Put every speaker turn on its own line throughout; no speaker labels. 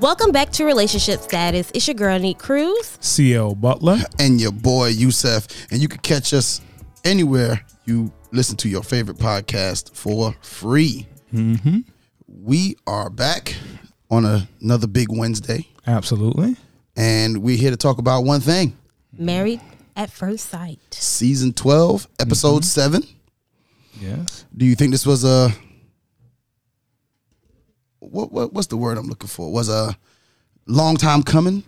Welcome back to Relationship Status. It's your girl, Neat Cruz.
CL Butler.
and your boy Youssef. And you can catch us anywhere you listen to your favorite podcast for free.
Mm-hmm.
We are back on a- another big Wednesday,
Absolutely.
and we're here to talk about one thing
Married at First Sight.
season 12,
Mm-hmm.
episode 7.
Yes.
Do you think this was a. What, what what's the word I'm looking for? Was a long time coming.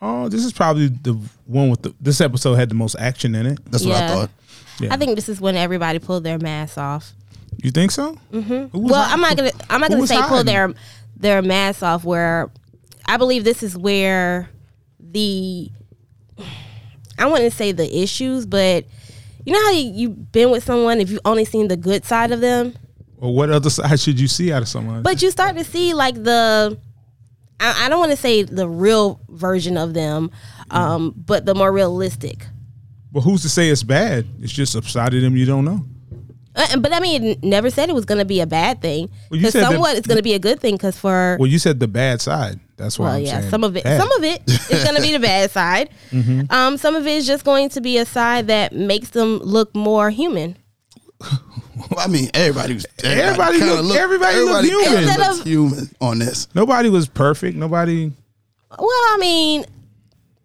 Oh, this is probably the one with the this episode had the most action in it.
That's what I
Yeah.
thought.
Yeah.
I think this is when everybody pulled their masks off.
you think so? Mm-hmm.
Well, I'm not gonna I'm not
who
gonna
was
say pull
hiding?
their their masks off. Where I believe this is where the I wouldn't say the issues, but you know how you, you've been with someone if you've only seen the good side of them,
Well, what other side should you see out of someone?
but you start to see like the I, I don't want to say the real version of them, um, but the more realistic.
but who's to say it's bad? It's just a side of them you don't know.
Uh, but I mean, it never said it was going to be a bad thing.
Well, you
Because
said that-
somewhat, it's going to be a good thing. Because for
Well, you said the bad side. That's why.
Well,
I'm
yeah,
saying
some of it,
bad. Mm-hmm.
some of it is going to be the bad side. Um, some of it is just going to be a side that makes them look more human.
Well, I mean, everybody was everybody,
Everybody
kinda
look-
looked-
everybody looked
kinda
human.
looked
Instead of-
human on this.
Nobody was perfect. Nobody.
Well, I mean,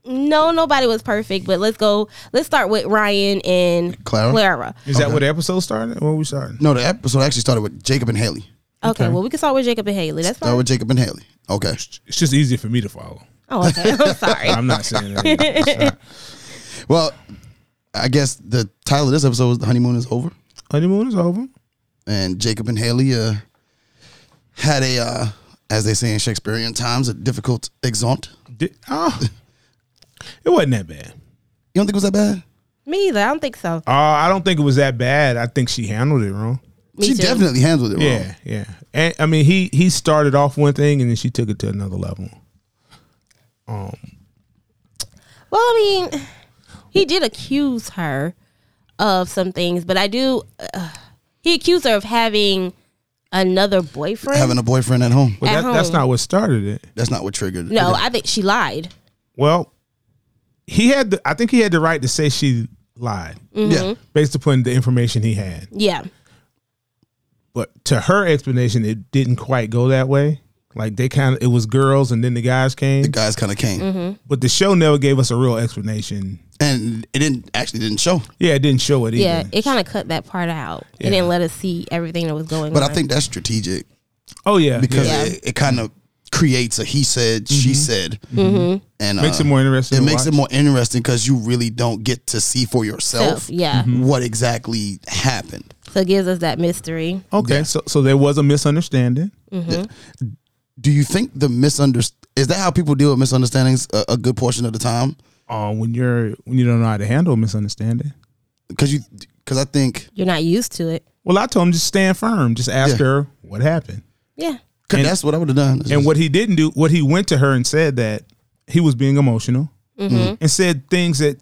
no, nobody was perfect, but let's go. Let's start with Ryan and
Clara?
Clara.
Is that where the episode started? Where we started?
No, the episode actually started with Jacob and Haley.
Okay, well, we can start with Jacob and Haley. That's
Start
fine.
with Jacob and Haley. Okay.
It's just easier for me to follow.
Oh, okay. I'm sorry.
I'm not saying that.
Well, I guess the title of this episode was "The Honeymoon Is Over,"
Honeymoon is over.
and Jacob and Haley uh, had a, uh, as they say in Shakespearean times, a difficult exaunt. You
Di- oh, it wasn't that bad.
don't think it was that bad?
Me either. I don't think so.
Uh, I don't think it was that bad. I think she handled it wrong.
Me
she
too.
definitely handled it
Yeah,
wrong.
yeah. And I mean, he he started off one thing, and then she took it to another level.
Well, I mean, he did accuse her of some things, but I do. Uh, he accused her of having another boyfriend.
Having a boyfriend at home.
But
At
that, that's
home.
not what started it.
That's not what triggered. it.
no, I think she lied.
Well, he had. The, I think he had the right to say she lied
mm-hmm.
Yeah.
based upon the information he had.
Yeah.
But to her explanation, it didn't quite go that way. Like they kind of, it was girls, and then the guys came.
The guys kind of came,
Mm-hmm.
But the show never gave us a real explanation.
and it didn't actually didn't show.
Yeah, it didn't show it either.
Yeah. It kind of cut that part out. It didn't let us see everything that was going
But
on.
I think that's strategic
oh yeah,
because
yeah.
Yeah.
it, it kind of creates a he said, she said,
Mm-hmm.
and
Mm-hmm. makes
uh,
it more interesting.
It
to
makes it
watch.
more interesting because you really don't get to see for yourself
so, yeah.
what exactly happened.
So it gives us that mystery.
Okay, so so there was a misunderstanding.
Do you think the misunderst is that how people deal with misunderstandings a, a good portion of the time?
Uh, when you're when you don't know how to handle a misunderstanding.
Because you because I think
You're not used to it.
Well, I told him just stand firm. Just ask
Yeah.
her what happened.
Yeah.
cause
And-
that's what I would have done.
And what he didn't do, what he went to her and said that he was being emotional and said things that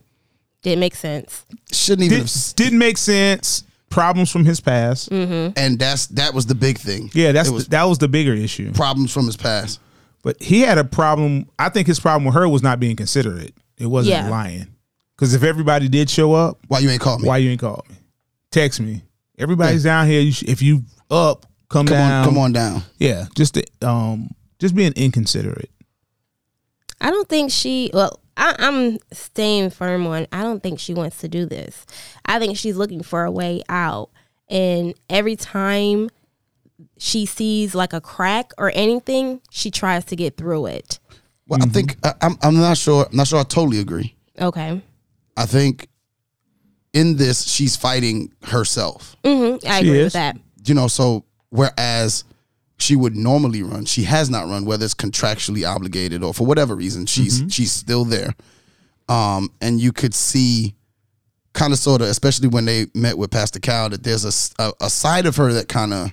Didn't make sense.
shouldn't even.
did,
Have, s-
didn't make sense, problems from his past.
and that's that was the big thing.
Yeah, that's
It was
the, that was the bigger issue.
problems from his past.
But he had a problem. I think his problem with her was not being considerate. It wasn't
Yeah.
lying. Because if everybody did show up,
Why you ain't called me?
why you ain't called me? Text me. Everybody's down here. You sh- if you up, come,
come
down.
on, come on down.
Yeah, just the, um, just being inconsiderate.
I don't think she. Well, I, I'm staying firm on. I don't think she wants to do this. I think she's looking for a way out, and every time she sees like a crack or anything, she tries to get through it.
Well,
Mm-hmm.
I think I, I'm. I'm not sure. I'm not sure. I totally agree.
Okay,
I think in this she's fighting herself.
mm-hmm. I
She
agree
is.
with that.
you know so whereas she would normally run she has not run whether it's contractually obligated or for whatever reason she's
Mm-hmm.
she's still there um and you could see kind of sort of especially when they met with pastor cow that there's a s- a, a side of her that kind of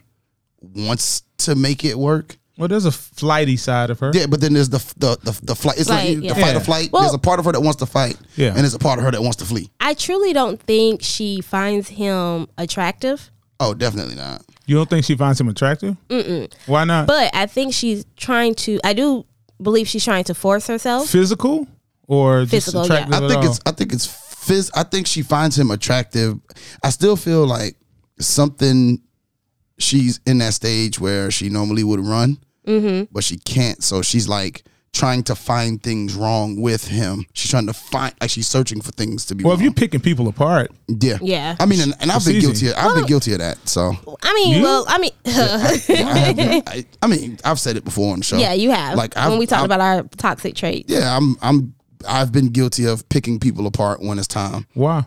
wants to make it work
Well, there's a flighty side of her.
yeah but then there's the f- the the, the flight it's
Flight,
like
yeah.
the fight
Yeah.
or flight
Well-
there's a part of her that wants to fight
Yeah.
and there's a part of her that wants to flee
I truly don't think she finds him attractive,
oh definitely not
You don't think she finds him attractive? Mm-mm. Why not?
but I think she's trying to. I do believe she's trying to force herself.
Physical or
Physical, yeah.
just attractive
I
at
I think
all?
it's I think it's phys- I think she finds him attractive. I still feel like something she's in that stage where she normally would run,
Mm-hmm.
but she can't. So she's like trying to find things wrong with him. She's trying to find like she's searching for things to be
well, if
wrong.
you're picking people apart,
yeah.
Yeah.
I mean and, and I've
It's
been
easy.
guilty of, I've been guilty of that. So
I mean,
You?
well, I mean,
I, have, I, I mean, I've said it before on the show.
yeah, you have.
Like,
Like
I've-
when we talked
I've-
about our toxic traits.
Yeah, I'm I'm I've been guilty of picking people apart when it's time.
why?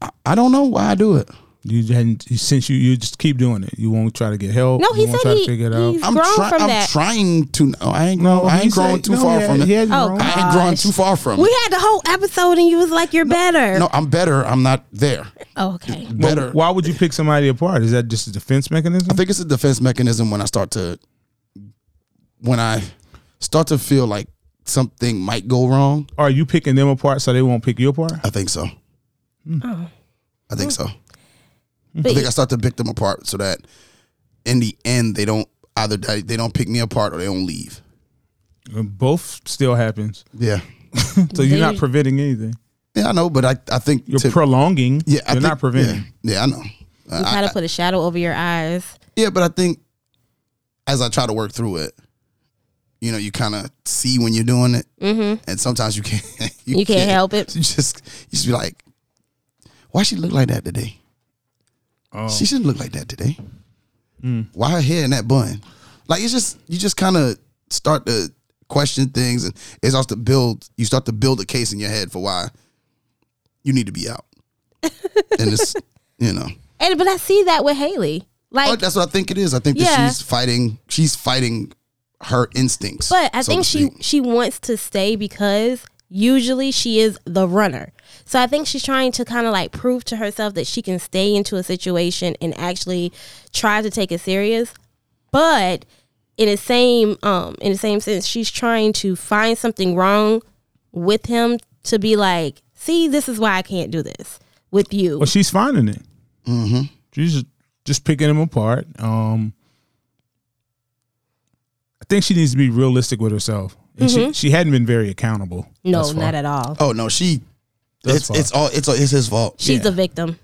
I, I don't know why I do it.
You hadn't since you you just keep doing it. You won't try to get help.
No, he
you won't
said
try
he-
to figure it out.
he's-
I'm
Grown
try-
from
I'm
that.
trying to. No, I ain't.
No,
I
he
ain't growing
said-
too
no,
far
he
from
had-
it.
he hadn't
Oh,
grown.
God.
I ain't growing too far from
We
it.
had the whole episode, and you was like, "You're better."
No, I'm better. I'm not there.
Oh, okay.
Well,
Better.
Why would you pick somebody apart? Is that just a defense mechanism?
I think it's a defense mechanism when I start to, when I start to feel like something might go wrong.
Are you picking them apart so they won't pick you apart?
I think so.
Hmm. Oh.
I think so. I
But
think I start to pick them apart so that in the end they don't either die, they don't pick me apart or they don't leave.
Both still happens.
Yeah.
So you're not
They-
preventing anything.
Yeah, I know, but I, I think
You're
to-
prolonging.
yeah,
you're
I think,
not preventing.
Yeah, yeah I know.
you try to put a shadow over your eyes.
Yeah, but I think as I try to work through it, you know, you kind of see when you're doing it, mm-hmm. and sometimes you can't.
You can't help it.
You just you just be like, why she look like that today? She shouldn't look like that today. Why her hair in that bun? Like it's just you just kind of start to question things, and it starts to build. You start to build a case in your head for why you need to be out, and it's you know.
And but I see that with Haley. Like,
Oh, that's what I think it is. I think
Yeah.
that she's fighting. She's fighting her instincts.
But I
so
think
to
she
speak.
she wants to stay because usually she is the runner. So I think she's trying to kind of like prove to herself that she can stay into a situation and actually try to take it serious. But in the same um in the same sense, she's trying to find something wrong with him to be like, see, this is why I can't do this with you.
Well, she's finding it. Mm-hmm. She's just picking them apart. Um, I think she needs to be realistic with herself. And she, she hadn't been very accountable.
Mm-hmm. no,
thus far.
not at all.
Oh no, she.
That's
It's,
fine.
it's all. It's all, it's his fault.
She's the victim.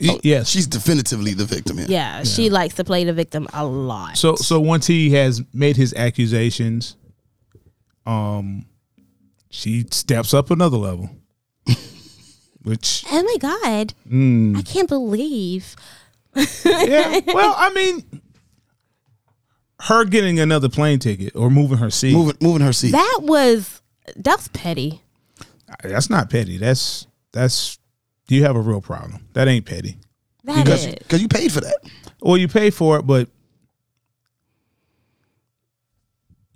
Y- yes.
She's definitively the victim here.
Yeah, she likes to play the victim a lot.
So so once he has made his accusations, um, she steps up another level, which
Oh my god!
Hmm.
I can't believe.
yeah. Well, I mean, her getting another plane ticket or moving her seat
Moving, moving her seat.
That was that's petty.
that's not petty. That's that's you have a real problem. That ain't petty.
That is.
Because you paid for that.
Well, you pay for it, but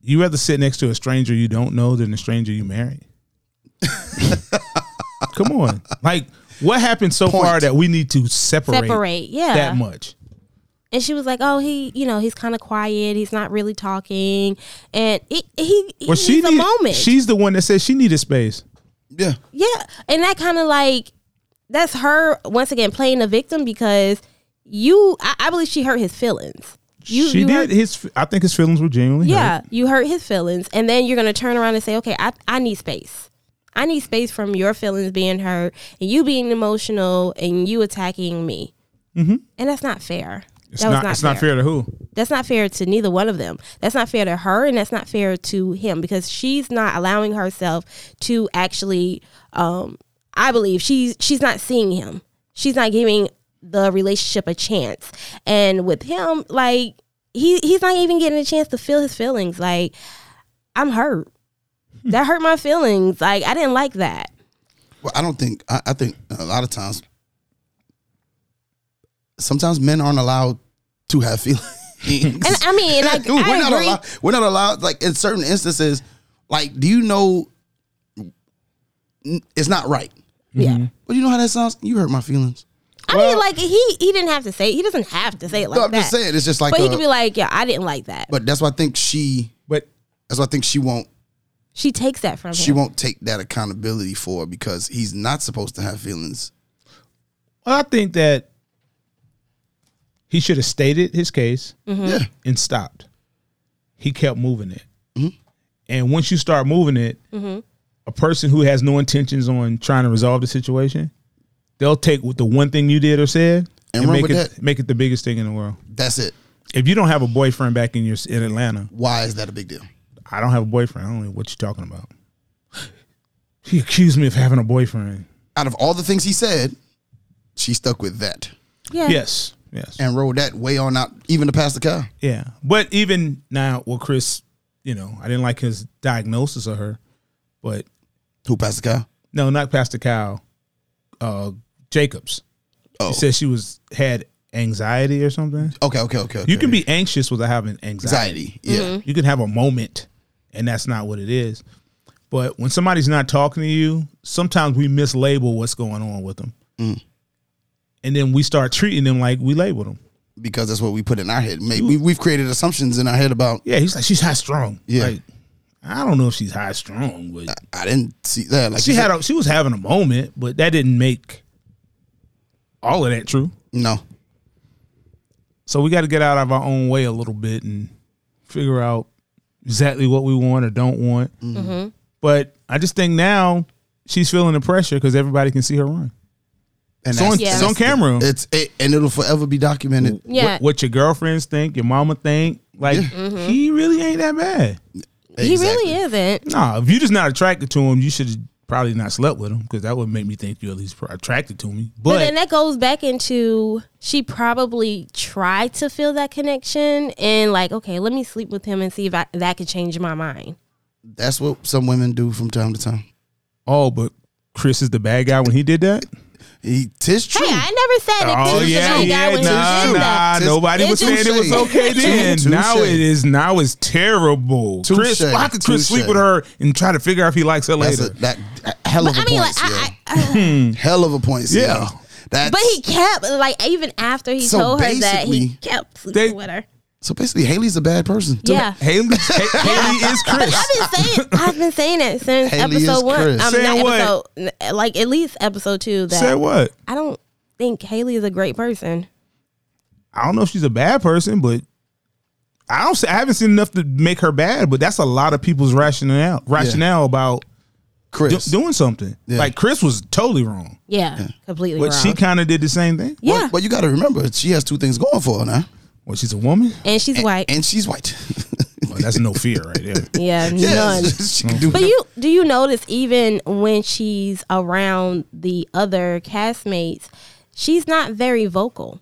you rather sit next to a stranger you don't know than a stranger you married. Come on, like what happened so far
Point.
that we need to separate,
separate. Yeah.
that much?
and she was like, "Oh, he, you know, he's kind of quiet. He's not really talking." And it, he, he
Well, she
needs a
need-
moment.
She's the one that said she needed space.
Yeah.
yeah, and that kind of like that's her once again playing the victim because you, I, I believe she hurt his feelings. You,
she
you
did.
hurt-
his, I think his feelings were genuinely.
Yeah,
hurt.
you hurt his feelings, and then you're gonna turn around and say, "Okay, I, I need space. I need space from your feelings being hurt and you being emotional and you attacking me." Mm-hmm. And that's not fair.
it's
that
not. it's not fair to who.
That's not fair to neither one of them. That's not fair to her, and that's not fair to him because she's not allowing herself to actually. Um, I believe she's she's not seeing him. She's not giving the relationship a chance, and with him, like he he's not even getting a chance to feel his feelings. Like I'm hurt. That hurt my feelings. Like I didn't like that.
Well, I don't think. I, I think a lot of times. Sometimes men aren't allowed to have feelings.
And I mean, like
we're
I
not
agree.
allowed. We're not allowed. Like in certain instances, like do you know? It's not right.
Yeah.
But you know how that sounds. You hurt my feelings.
I mean, like he he didn't have to say. It. He doesn't have to say it like
no, I'm
that.
just saying. It's just like.
but he
a-
could be like, yeah, I didn't like that.
but that's why I think she.
But
That's why I think she won't.
She takes that from
She
him.
won't take that accountability for it because he's not supposed to have feelings.
well, I think that he should
Mm-hmm.
have stated his case
Yeah, Mm-hmm.
and stopped. He kept moving it, And once you start moving it, a person who has no intentions on trying to resolve the situation, they'll take what the one thing you did or said
And
and,
run
make
with
it
that.
make it the biggest thing in the world.
That's it.
If you don't have a boyfriend back in your in Atlanta,
Why is that a big deal?
I don't have a boyfriend. I don't know what you're talking about. He accused me of having a boyfriend.
Out of all the things he said, she stuck with that
Yeah.
Yes. Yes.
and rode that way on out, even to pass the car.
Yeah. But even now, well, Chris, you know, I didn't like his diagnosis of her, but
Who passed the car?
no, not Pastor Kyle, uh, Jacobs.
Oh.
He said she was had anxiety or something.
Okay, okay, okay.
You can be anxious without having anxiety.
anxiety. Yeah.
Mm-hmm.
You can have a moment, and that's not what it is. But when somebody's not talking to you, sometimes we mislabel what's going on with them.
Mm.
And then we start treating them like we labeled them.
Because that's what we put in our head. Maybe we, we've created assumptions in our head about
Yeah, he's like, she's high strung.
Yeah.
Like, I don't know if she's high strung, but
I didn't see that. Like
she
you
had
said,
a, she was having a moment, but that didn't make all of that true.
no.
So we got to get out of our own way a little bit and figure out exactly what we want or don't want.
Mm-hmm.
But I just think now she's feeling the pressure because everybody can see her run.
And
It's on,
Yeah.
it's on camera.
It's it, and it'll forever be documented.
Yeah.
What, what your girlfriends think, your mama think, like he really ain't that bad.
He really isn't.
Nah, if you're just not attracted to him, you should have probably not slept with him because that would make me think you're at least pr- attracted to me.
But
But,
then that goes back into she probably tried to feel that connection and like, okay, let me sleep with him and see if I, that could change my mind.
That's what some women do from time to time.
oh, but Chris is the bad guy when he did that.
He tis true.
Hey, I never said that
Oh
this is
yeah,
the guy
yeah,
when
nah,
she did
nah.
that.
Just-
Nobody
It's
was saying it was
touche.
okay then.
Touche.
Now it is. Now it's terrible.
Touche.
Chris, why could Chris
Touche.
sleep with her and try to figure out if he likes her
That's
later?
a, that a hell of a
I mean,
point.
like,
yeah.
I, I,
hell of a point. Yeah.
Yeah.
That's,
but he kept like even after he
So
told her that he
basically,
kept sleeping
they-
with her.
so basically, Haley's a bad person.
Yeah.
Haley, Ha- Haley is
Like,
Chris.
I've been saying I've been saying it since
Haley is
episode one.
Chris.
Um,
Saying
not
what?
episode n- like at least episode two that
Said what?
I don't think Haley is a great person.
I don't know if she's a bad person, but I don't. see- I haven't seen enough to make her bad. But that's a lot of people's rationale. Rationale about do-
Chris.
doing something.
Yeah.
Like Chris was totally wrong,
Yeah, completely
but
wrong.
she kind of did the same thing.
yeah,
Well, well, you got to remember, she has two things going for her now,
Well, she's a woman.
and she's white.
and she's white.
Well, that's no fear right there.
yeah,
yeah,
none.
she can do.
But you do you notice even when she's around the other castmates, she's not very vocal.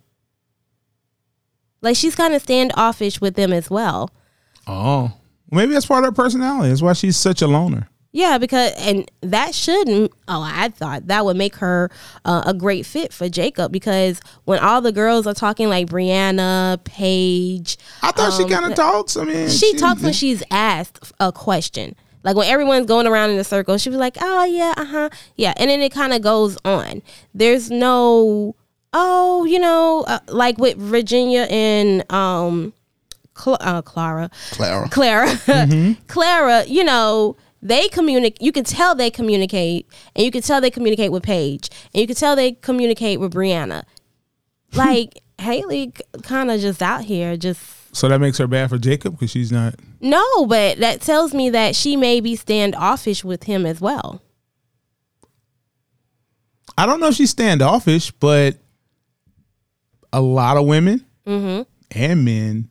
Like she's kind of standoffish with them as well.
Oh, maybe that's part of her personality. That's why she's such a loner.
Yeah, because and that shouldn't. Oh, I thought that would make her uh, a great fit for Jacob because when all the girls are talking like Brianna, Paige,
I thought she
Um,
kind of talks. I mean,
she talks
Mm-hmm.
when she's asked a question. Like when everyone's going around in a circle, she was like, "Oh yeah, uh huh, yeah," and then it kind of goes on. There's no, oh, you know, uh, like with Virginia and um, Cl- uh, Clara,
Clara.
Clara, Clara, you know, they communicate. You can tell they communicate, and you can tell they communicate with Paige, and you can tell they communicate with Brianna. Like Haley, kind of just out here, just
So that makes her bad for Jacob because she's not.
no, but that tells me that she may be standoffish with him as well.
I don't know if she's standoffish, but a lot of women and men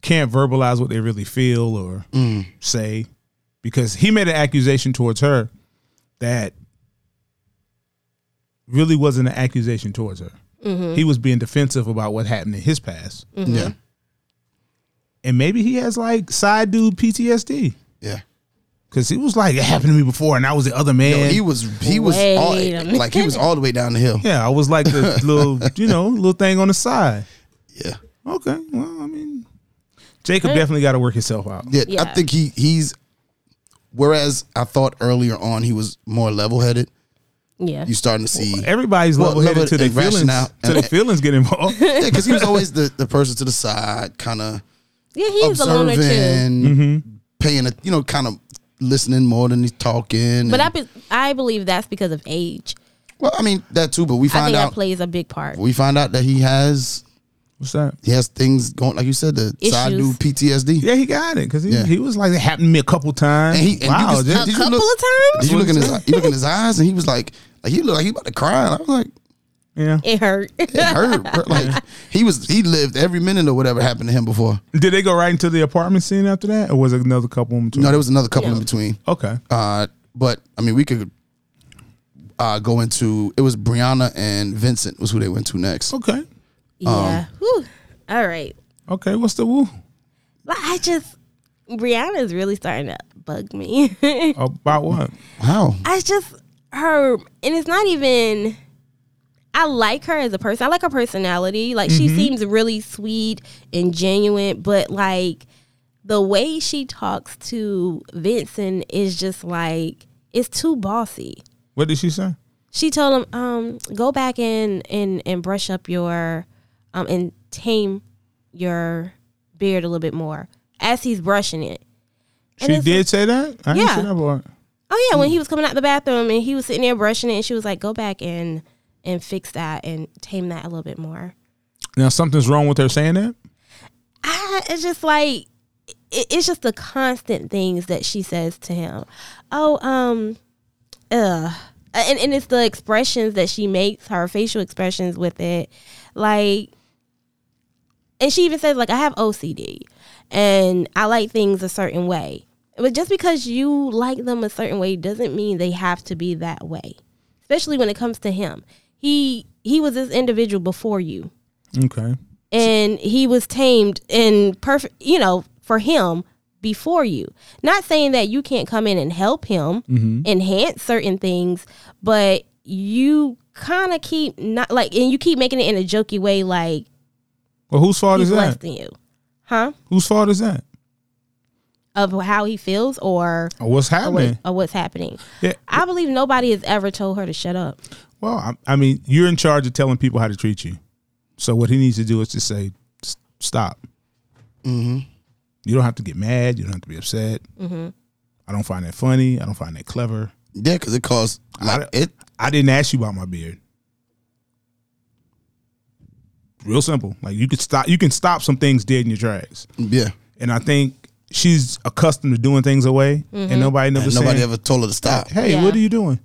can't verbalize what they really feel or
Mm.
say because he made an accusation towards her that really wasn't an accusation towards her. He was being defensive about what happened in his past.
Mm-hmm.
Yeah,
And maybe he has like side dude PTSD.
yeah.
Cause he was like, it happened to me before, and I was the other man.
Yo, he was he was
Wait
all,
a
like he was all the way down the hill.
yeah, I was like the little, you know, little thing on the side.
Yeah,
Okay, well, I mean, Jacob definitely got to work himself out.
yeah. I
Yeah.
think he he's. Whereas I thought earlier on he was more level headed.
Yeah.
You starting to see
Everybody's
Well,
level headed
level
to their
and
feelings.
rationale
To
and-
their feelings get involved.
yeah, because he was always the, the person to the side, kind of
Yeah, he's a loner
observing,
too.
paying a you know kind of listening more than he's talking.
But I,
and-
be, I believe that's because of age.
well, I mean that too. But we
I
find
think
out
that plays a big part.
we find out that he has
What's that?
He has things going, like you said, the side
Issues.
dude PTSD.
Yeah, he got it because he,
Yeah.
he was like it happened to me a couple times.
And he- and you
wow,
just-
did-
A
did you
couple
look-
of times?
Did you look in his you look in his eyes and he was like, like he looked like he about to cry. And I was like,
yeah.
It hurt.
it hurt. bro. Like he was he lived every minute of whatever happened to him before.
Did they go right into the apartment scene after that, or was it another couple? in between?
No, there was another couple in
Yeah.
between.
okay.
Uh, but I mean, we could uh, go into it was Brianna and Vincent was who they went to next.
Okay.
yeah. Whew. All right.
Okay. What's the woo
But I just Rihanna is really starting to bug me.
about? What?
Wow,
I just her and it's not even I like her as a person. I like her personality. Like she seems really sweet and genuine, but like the way she talks to Vincent is just like it's too bossy.
What did she say?
She told him, um, go back and and and brush up your um and tame your beard a little bit more as he's brushing it. And
She
it's
did say that. I didn't
Yeah.
see that part.
Oh yeah, when he was coming out the bathroom and he was sitting there brushing it, and she was like, "Go back and and fix that and tame that a little bit more."
Now something's wrong with her saying that.
I, it's just like it, it's just the constant things that she says to him. Oh, um, uh, and and it's the expressions that she makes, her facial expressions with it, like, and she even says like, "I have OCD, and I like things a certain way." But just because you like them a certain way doesn't mean they have to be that way. Especially when it comes to him, he he was this individual before you
Okay.
and he was tamed and perfect you know for him before you not saying that you can't come in and help him
Mm-hmm.
enhance certain things but you kind of keep not like and you keep making it in a jokey way like
Well, whose fault
he's
is
less
that?
than you huh
Whose fault is that?
of how he feels or
Or what's
or, what-
happening?
or what's happening
Yeah.
i believe nobody has ever told her to shut up
Well, I, I mean, you're in charge of telling people how to treat you. So what he needs to do is to say, "S- stop. Mm-hmm. You don't have to get mad. You don't have to be upset. Mm-hmm. I don't find that funny. I don't find that clever.
yeah, because it caused like
I,
it.
I didn't ask you about my beard. Real simple. Like you could stop. You can stop some things dead in your tracks.
Yeah,
And I think she's accustomed to doing things away, and nobody never
and
said,
nobody ever told her to stop.
"Hey,
Yeah.
what are you doing?"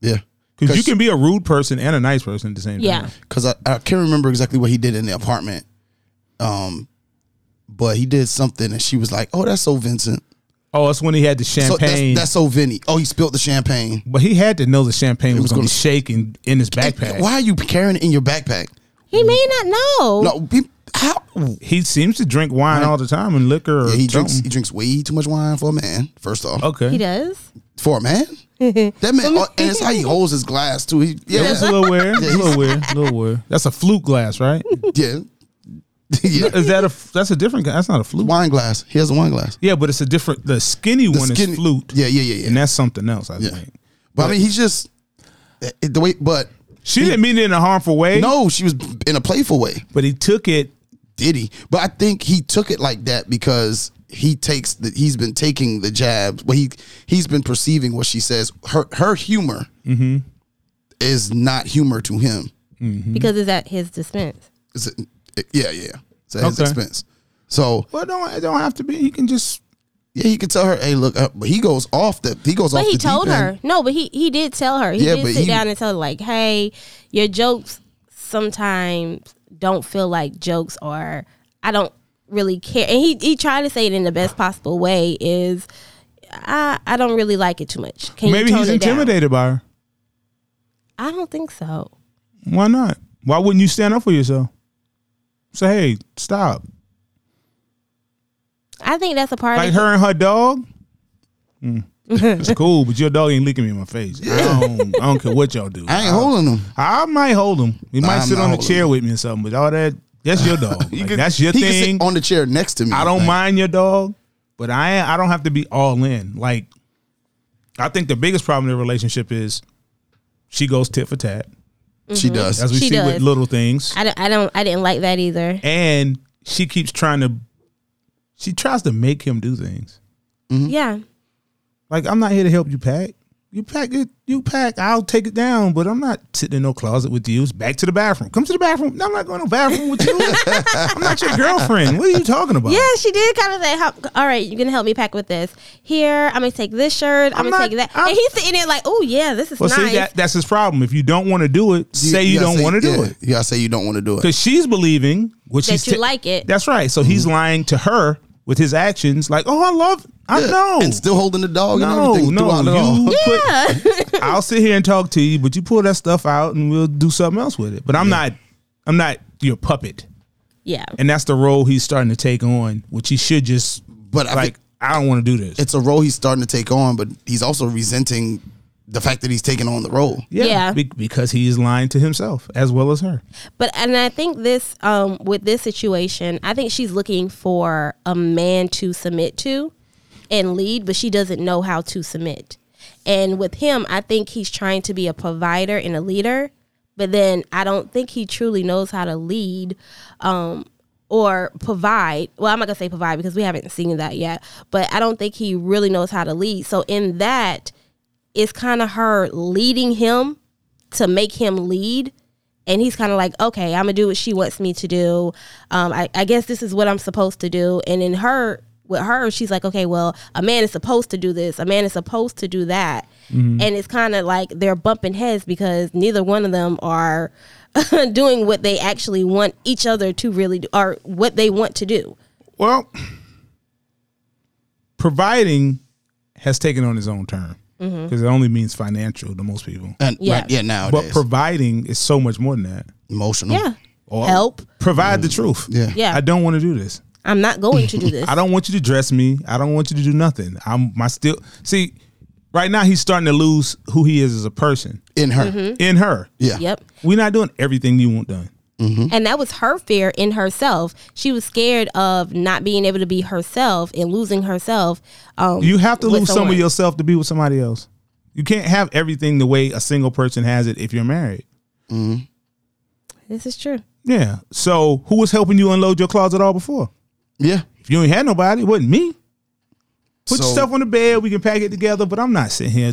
Yeah,
Because you can be a rude person and a nice person at the same
yeah
time.
because I, I can't remember exactly what he did in the apartment. Um, but he did something, and she was like, "Oh, that's so Vincent.
Oh, that's when he had the
So
champagne.
that's, that's so Vinny. Oh, he spilled the champagne.
But he had to know the champagne was,
was
going
gonna-
to shake in, in his backpack.
Why are you carrying it in your backpack?
he may not know
No, be- how?
He seems to drink wine all the time and liquor. Or
Yeah,
something.
he drinks. He drinks way too much wine for a man. First off,
Okay,
he does
for a man, that man, oh, and it's how he holds his glass too. He,
it
yeah,
was a little weird. A little weird. A little weird. That's a flute glass, right?
yeah, yeah.
Is that a? That's a different. glass. That's not a flute.
Wine glass. He has a wine glass.
Yeah, but it's a different. The skinny one
skinny-
is flute.
Yeah, yeah, yeah,
and
yeah.
that's something else. I
Yeah.
think
But I mean, he's just it, the way. But
she didn't mean it in a harmful way.
no, she was in a playful way.
but he took it.
Did he? But I think he took it like that because he takes the, he's been taking the jabs. Well, he he's been perceiving what she says. Her her humor
Mm-hmm.
is not humor to him.
because it's at his dispense
It's a, yeah, yeah, yeah. It's at his
Okay.
expense. So
Well, don't it don't have to be. He can just.
yeah, he could tell her, "Hey, look," uh, but he goes off the he goes
But
off.
he
the
told
deep end.
her. No, but he he did tell her. He
Yeah,
did
but
sit
he-
down and tell her like, "Hey, your jokes sometimes don't feel like jokes or I don't really care." And he he tried to say it in the best possible way is I I don't really like it too much. Can
Maybe
you tone
he's
it down?"
intimidated by her.
I don't think so.
Why not? Why wouldn't you stand up for yourself? Say, hey, stop.
I think that's a part
like
of it.
her and her dog.
Hmm.
Mm. it's cool, but your dog ain't licking me in my face. I, don't, I don't care what y'all do.
I ain't holding him.
I might hold him. He might
I'm
sit on
not
a
holding
chair with me or something. But all that, that's your dog. Like, that's your
he could sit
thing.
on the chair next to me.
I don't
Like,
mind your dog, but I I don't have to be all in. Like, I think the biggest problem in a relationship is she goes tit for tat,
Mm-hmm.
She does.
as we
She
see with
does.
little things,
I don't, I don't I didn't like that either.
and she keeps trying to. She tries to make him do things.
Yeah.
Mm-hmm. Like, I'm not here to help you pack. You pack it. You pack. I'll take it down, but I'm not sitting in no closet with you. It's back to the bathroom. Come to the bathroom. No, I'm not going to the bathroom with you. I'm not your girlfriend. What are you talking about?
Yeah, she did kind of say, "Help- "All right, you're gonna help me pack with this. Here, I'm gonna take this shirt. I'm,
I'm
gonna
not-
take that."
I'm-
and he's sitting there like, "Oh yeah, this is
Well,
nice."
see, that, that's his problem. If you don't want to do it, say you,
gotta
don't
say-
want to do
yeah,
it.
You gotta say you don't want to do it.
Because she's believing, which
That
he's
you like it.
That's right. So he's lying to her with his actions, like, "Oh, I love, I know."
And still holding the dog
no,
and everything
no,
throughout it all.
you put- I'll sit here and talk to you, but you pull that stuff out, and we'll do something else with it. But I'm not, I'm not your puppet,
yeah,
and that's the role he's starting to take on, which he should just
But I
like.
think
I don't want to do this.
it's a role he's starting to take on, but he's also resenting the fact that he's taking on the role.
Yeah.
be- because he's lying to himself as well as her.
but and I think this, um, with this situation, I think she's looking for a man to submit to and lead, but she doesn't know how to submit. And with him, I think he's trying to be a provider and a leader, but then I don't think he truly knows how to lead um, or provide. Well, I'm not gonna say provide because we haven't seen that yet, but I don't think he really knows how to lead. So in that, it's kind of her leading him to make him lead. And he's kind of like, okay, I'm gonna do what she wants me to do. Um, I, I guess this is what I'm supposed to do. And in her, with her, she's like, okay, well, a man is supposed to do this, a man is supposed to do that.
Mm-hmm.
And it's kind of like they're bumping heads because neither one of them are doing what they actually want each other to really do or what they want to do.
Well, providing has taken on its own term because
Mm-hmm.
it only means financial to most people.
And
Yeah.
yeah, right, yeah
But
nowadays.
providing is so much more than that.
emotional.
Yeah.
Or
Help.
Provide the truth.
Mm. Yeah.
Yeah.
Oh. I don't want to do this.
I'm not going to do this.
I don't want you to dress me. I don't want you to do nothing. I'm my still see. Right now, he's starting to lose who he is as a person
In her.
in her.
Yeah.
Mm-hmm. Yep.
We're not doing everything you want done.
And that was her fear in herself. She was scared of not being able to be herself and losing herself. Um,
You have to
with
lose some
someone.
of yourself to be with somebody else. You can't have everything the way a single person has it if you're married.
This is true.
Yeah. So who was helping you unload your closet all before?
Yeah.
If you ain't had nobody, it wasn't me. Put
So-
your stuff on the bed. We can pack it together. But I'm not sitting here.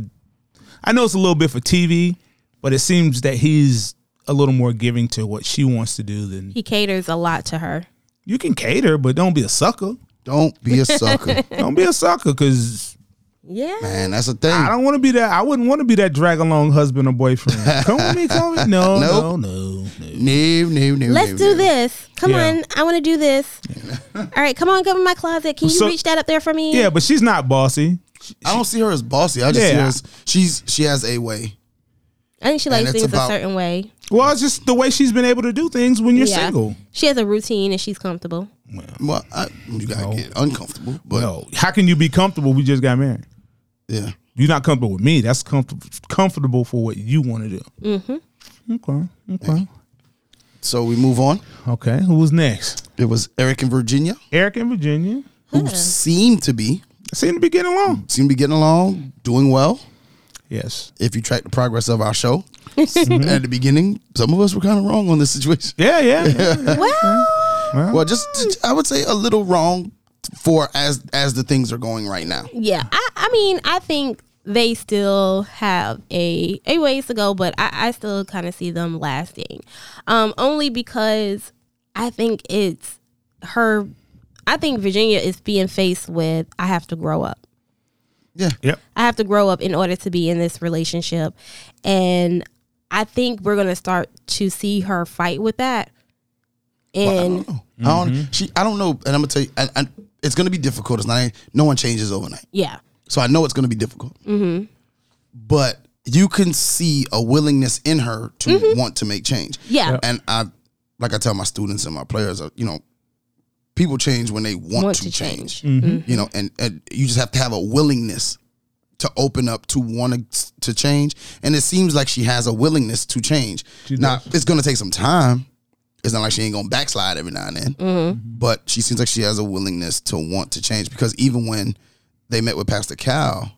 I know it's a little bit for TV, but it seems that he's a little more giving to what she wants to do than
He caters a lot to her.
you can cater. But don't be a sucker.
Don't be a sucker.
Don't be a sucker because
Yeah.
Man, that's a thing.
I don't want to be that. I wouldn't want to be that drag along husband or boyfriend. Come with me. Come with me. No,
Nope.
no, no, no.
No, no, no.
Let's
no,
do
no.
this. Come
Yeah.
on. I want to do this. All right. Come on. Come in my closet. Can you
So-
reach that up there for me?
Yeah, but she's not bossy.
I don't see her as bossy. I just see
Yeah.
her as she's she has a way.
I think she likes
it's
things
about-
a certain way.
Well, it's just the way she's been able to do things when you're
yeah.
single.
She has a routine and she's comfortable.
Well, I, you gotta get uncomfortable, but
Well, how can you be comfortable? We just got married.
yeah,
You're not comfortable with me. That's comfortable comfortable for what you want to do. Mm-hmm. Okay. Okay.
So we move on.
Okay. Who was next?
It was Eric and Virginia,
Eric in Virginia.
who seemed to be
Seemed to be getting along.
seemed to be getting along, doing well.
Yes.
If you track the progress of our show at the beginning, some of us were kind of wrong on this situation.
Yeah. Yeah. yeah.
Well,
Well, just I would say a little wrong for as as the things are going right now.
yeah. I, I mean, I think they still have a, a ways to go, but I, I still kind of see them lasting. Um, only because I think it's her. I think Virginia is being faced with, I have to grow up.
Yeah,
yep.
I have to grow up in order to be in this relationship. And I think we're going to start to see her fight with that. And
I don't. She, I don't know, and I'm gonna tell you, and, and it's gonna be difficult. It's not. No one changes overnight.
yeah.
So I know it's going to be difficult. But you can see a willingness in her to want to make change.
Yeah. Yeah.
And I, like I tell my students and my players, uh, you know, people change when they want,
Want
to,
to
change. You know, and, and you just have to have a willingness to open up to want to, to change. And it seems like she has a willingness to change. now it's going to take some time. It's not like she ain't gonna backslide every now and then, but she seems like she has a willingness to want to change because even when they met with Pastor Cal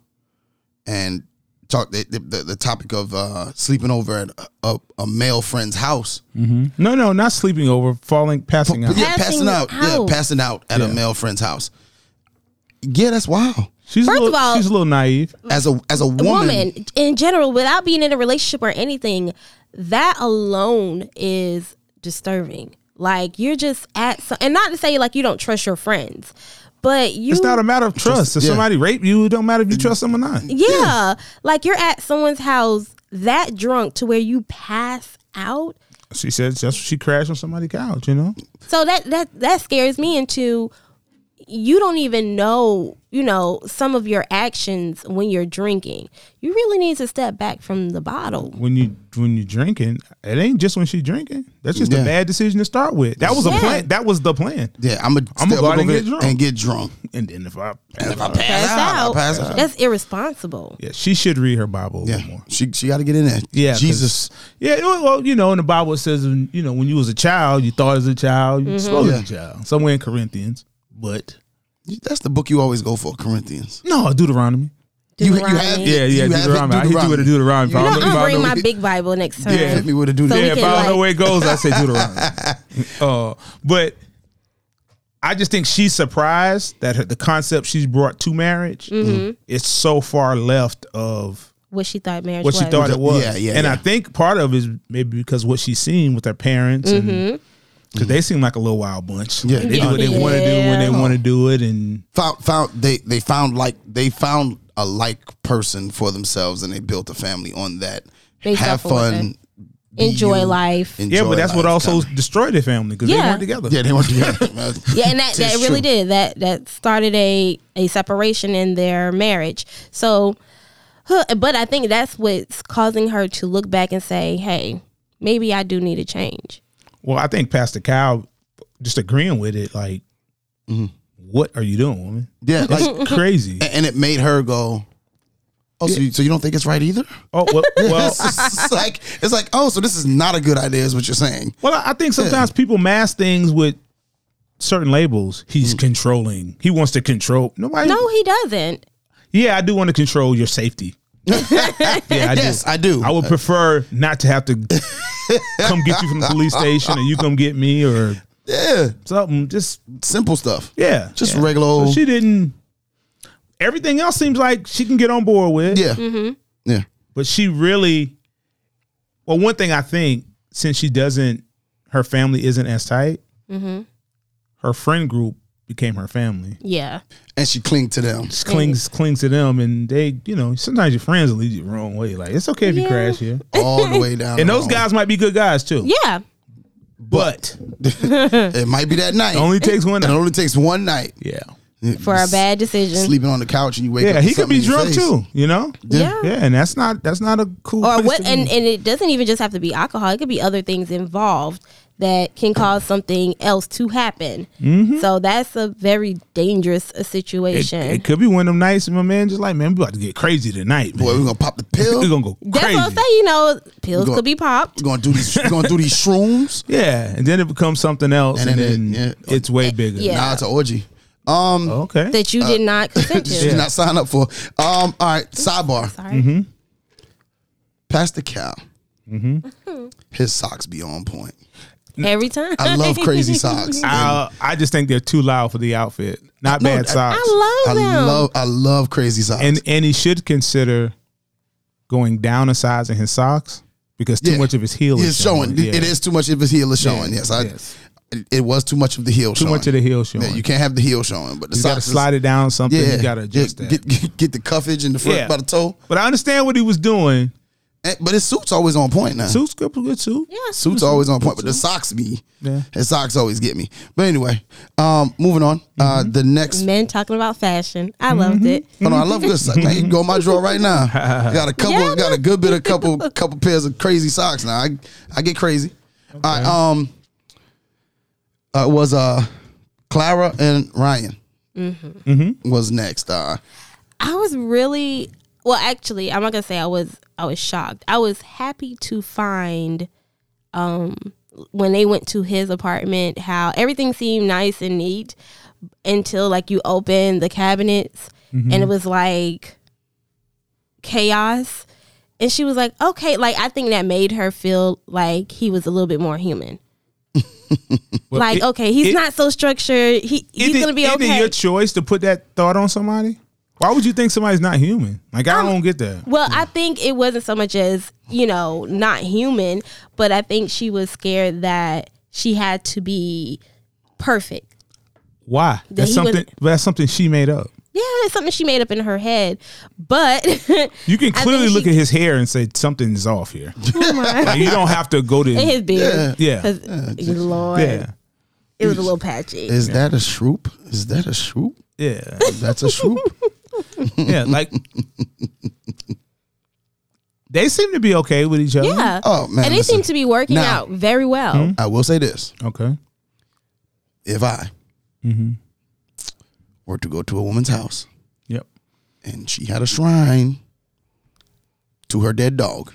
and talked the, the, the, the topic of uh, sleeping over at a, a, a male friend's house,
No, no, not sleeping over, falling, passing out.
yeah,
Passing
passing out, yeah,
out.
passing out at a male friend's house. Yeah, that's wild.
She's
First
a little,
of all-
she's a little naive.
As a as a woman,
woman. in general without being in a relationship or anything that alone is disturbing like you're just at so and not to say like you don't trust your friends but you
It's not a matter of trust. If
yeah. Mm.
somebody raped you, it don't matter if you trust them or not.
yeah, like you're at someone's house that drunk to where you pass out
She said that's she crashed on somebody's couch. You know,
so that that that scares me into you don't even know you know some of your actions when you're drinking you really need to step back from the bottle
when you when you drinking, it ain't just when she drinking. That's just
Yeah.
a bad decision to start with. That was a
Yeah.
plan. That was the plan.
yeah, I'm gonna
I'ma
step
go out
over
and get
it
drunk.
and get drunk.
And then if I,
And if I pass,
pass
out, I
out,
pass out.
that's irresponsible
yeah, she should read her Bible a
Yeah,
little more.
she she got to get in there.
Yeah, 'cause-
Jesus.
Yeah, well, well, you know, in the Bible it says, you know, when you was a child, you thought as a child,
Mm-hmm.
you spoke as
Yeah.
a child. Somewhere in Corinthians, but
That's the book you always go for, Corinthians.
no, Deuteronomy.
You, you
Deuteronomy.
have
Yeah, yeah,
you have
Deuteronomy. I hit you with a Deuteronomy.
You
I
know,
don't
I'm
know if
gonna
I
bring
know-
my big Bible next time.
Hit me with a
So
Deuteronomy.
we
yeah, if
can,
I don't know
like-
where it goes, I say Deuteronomy. uh, but I just think she's surprised that her, the concept she's brought to marriage
Mm-hmm.
is so far left of
what she thought marriage
what
was.
she thought it was.
Yeah, yeah,
And
yeah.
I think part of it is maybe because what she's seen with her parents. And, Cause they seem like a little wild bunch.
Yeah.
they do what they want to do when they
Mm-hmm. Yeah.
want to do it, and
found found they they found like they found a like person for themselves and they built a family on that.
Based off
Have
of what
fun, be
Enjoy
you,
life.
enjoy
yeah, but that's what
life
also
kinda.
destroyed their family because they
Yeah.
weren't together.
yeah they weren't together.
Yeah, and that, that
Tis
really
true.
did. That that started a, a separation in their marriage. So huh, but I think that's what's causing her to look back and say, Hey, maybe I do need a change.
Well, I think Pastor Kyle just agreeing with it, like,
Mm-hmm.
what are you doing, woman?
Yeah, like
That's crazy.
and it made her go. Oh, so you, so you don't think it's right either?
Oh well, well,
it's like it's like oh, so this is not a good idea, is what you're saying?
well. I- I think sometimes people mask things with certain labels. He's
Mm.
controlling. He wants to control. Nobody.
No, he doesn't.
Yeah, I do want to control your safety. yeah, I
yes,
do.
I do.
I would prefer not to have to come get you from the police station, and you come get me or
yeah,
something. Just
simple stuff.
yeah,
Just
yeah.
regular
So
old-
she didn't. Everything else seems like she can get on board with.
Yeah, yeah.
but she really well one thing i think since she doesn't her family isn't as tight
Mm-hmm.
her friend group became her family
Yeah.
And she clinged to them.
just clings clings to them and they you know sometimes your friends will lead you the wrong way like it's okay if you
Yeah.
crash here
all the way down.
and
the
those
road.
guys might be good guys too
Yeah.
but
it might be that night.
it only takes one
it only takes one night.
yeah
For a bad decision.
Sleeping on the couch and you wake up.
yeah
with
he could
something
be
in your
drunk
face.
too you know
Yeah.
yeah and that's not that's not a cool
or
place
what
to be.
and, and it doesn't even just have to be alcohol it could be other things involved that can cause something else to happen so that's a very dangerous uh,
it,
situation
it could be one of them nights and my man just like man we about to get crazy tonight man.
Boy, we're gonna pop the pill.
we're
We're
gonna go
that's
crazy
what i'm saying you know pills
Go-
could be popped
gonna do these. We're gonna do these shrooms.
Yeah, and then it becomes something else,
And
and,
then
then,
it- yeah.
it's way bigger.
yeah.
Nah, it's an orgy. Um,
Okay.
that you did not consent
she
to
did not sign up for. Um, all right. Sidebar.
sorry
Pastor Cal.
Mm-hmm.
His socks be on point.
every time
I love crazy socks.
I, I just think they're too loud for the outfit. Not
No,
bad
I-
socks.
i
I
love them
love. I love crazy socks.
and and he should consider going down a size in his socks because too
Yeah.
much of his heel
It's
is
showing.
Yeah.
It is too much of his heel is showing.
Yeah,
Yes, I,
yes.
It, it was too much of the heel.
too much of the heel showing.
Yeah, you
you
can't have the heel showing, but the
got to
socks is-
slide it down something.
Yeah,
You got to adjust
get,
that.
Get, get the cuffage in the front
Yeah.
by the toe.
But I understand what he was doing.
And- but his suit's always on point now.
Suits good, good suit.
yeah
Suit's always on point, but the socks be.
Yeah.
His socks always get me. But anyway, um, moving on. Uh,
Mm-hmm.
the next.
men talking about fashion i loved it
Hold on, I love good socks. Man, you can go in my drawer right now. Got a couple,
Yeah,
got a good bit of couple, couple pairs of crazy socks. Now I, I get crazy. I um, uh, it was uh, Clara and Ryan
Mm-hmm.
was next. Uh,
I was really well. Actually, I'm not gonna say I was. I was shocked. I was happy to find, um, when they went to his apartment, how everything seemed nice and neat until like you open the cabinets and it was like chaos. And she was like, "Okay." Like I think that made her feel like he was a little bit more human.
Well,
like
it-
okay, he's
it-
not so structured. He he's
isn't-
gonna be
isn't it
okay.
your choice to put that thought on somebody? Why would you think somebody's not human? Like I don't get that.
Well, I think it wasn't so much as, you know, not human, but I think she was scared that she had to be perfect.
Why? That's
he
something.
wasn't-
That's something she made up.
Yeah, it's something she made up in her head. But
You can
I think
clearly look
she-
at his hair and say something's off here. Like, you don't have to go to
his beard.
yeah,
'Cause, Lord,
yeah,
it was a little patchy.
Is that a shroop? Is that a shroop?
yeah,
That's a shroop.
yeah. Like they seem to be okay with each other.
yeah.
Oh man,
and they
listen,
seem to be working
Nah.
out very well.
hmm?
I will say this:
Okay.
if I were to go to a woman's house
Yep.
and she had a shrine to her dead dog,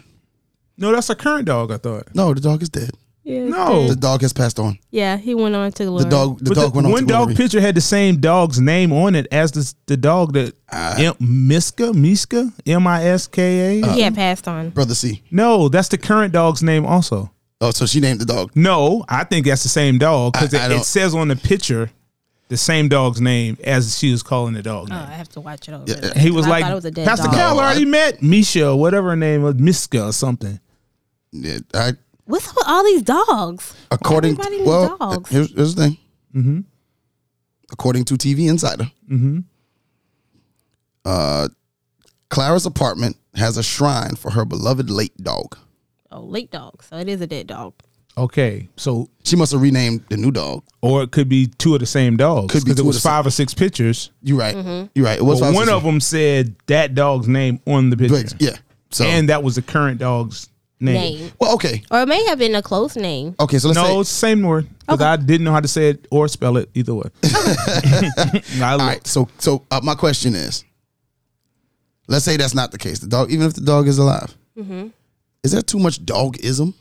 No, that's a current dog. I thought.
no, the dog is dead.
Yeah,
No.
The dog has passed on.
Yeah, he went on to the
The
Lord.
dog, the
But
dog went on
one
to
dog
glory.
picture had the same dog's name on it as the the dog that
Ah.
Imp- Miska Miska M I S K
Uh.
A.
yeah, passed on.
Brother C.
No, that's the current dog's name also.
Oh, so she named the dog.
No, I think that's the same dog because
I- I
it,
don't-
it says on the picture the same dog's name as she was calling the dog.
Oh,
Name.
I have to watch it over.
Yeah,
there.
he was
I
like,
thought it was a dead
Pastor
dog.
Cal
No, I-
already met Misha, whatever her name was, Miska or something.
Yeah, I,
What's up with all these dogs?
according
Everybody
to,
needs
well,
dogs.
Here's, here's the thing. Mm-hmm. According to TV Insider, mm-hmm. uh, Clara's apartment has a shrine for her beloved late dog.
Oh, late dog. So it is a dead dog.
Okay, so
She must have renamed the new dog.
or it could be two of the same dogs
Could be
because it
two of
was
the same-
five or six pictures.
You're right.
Mm-hmm.
You're right. It was
But
five,
one
six,
of them said that dog's name on the picture,
six. Yeah. So
and that was the current dog's name.
Name.
well, okay,
Or it may have been a close name.
okay. So let's
No,
say
it's the same word because I didn't know how to say it or spell it either way. I
all
looked.
right. So so uh, my question is, let's say that's not the case. The dog, even if the dog is alive,
Mm-hmm.
is there too much dogism?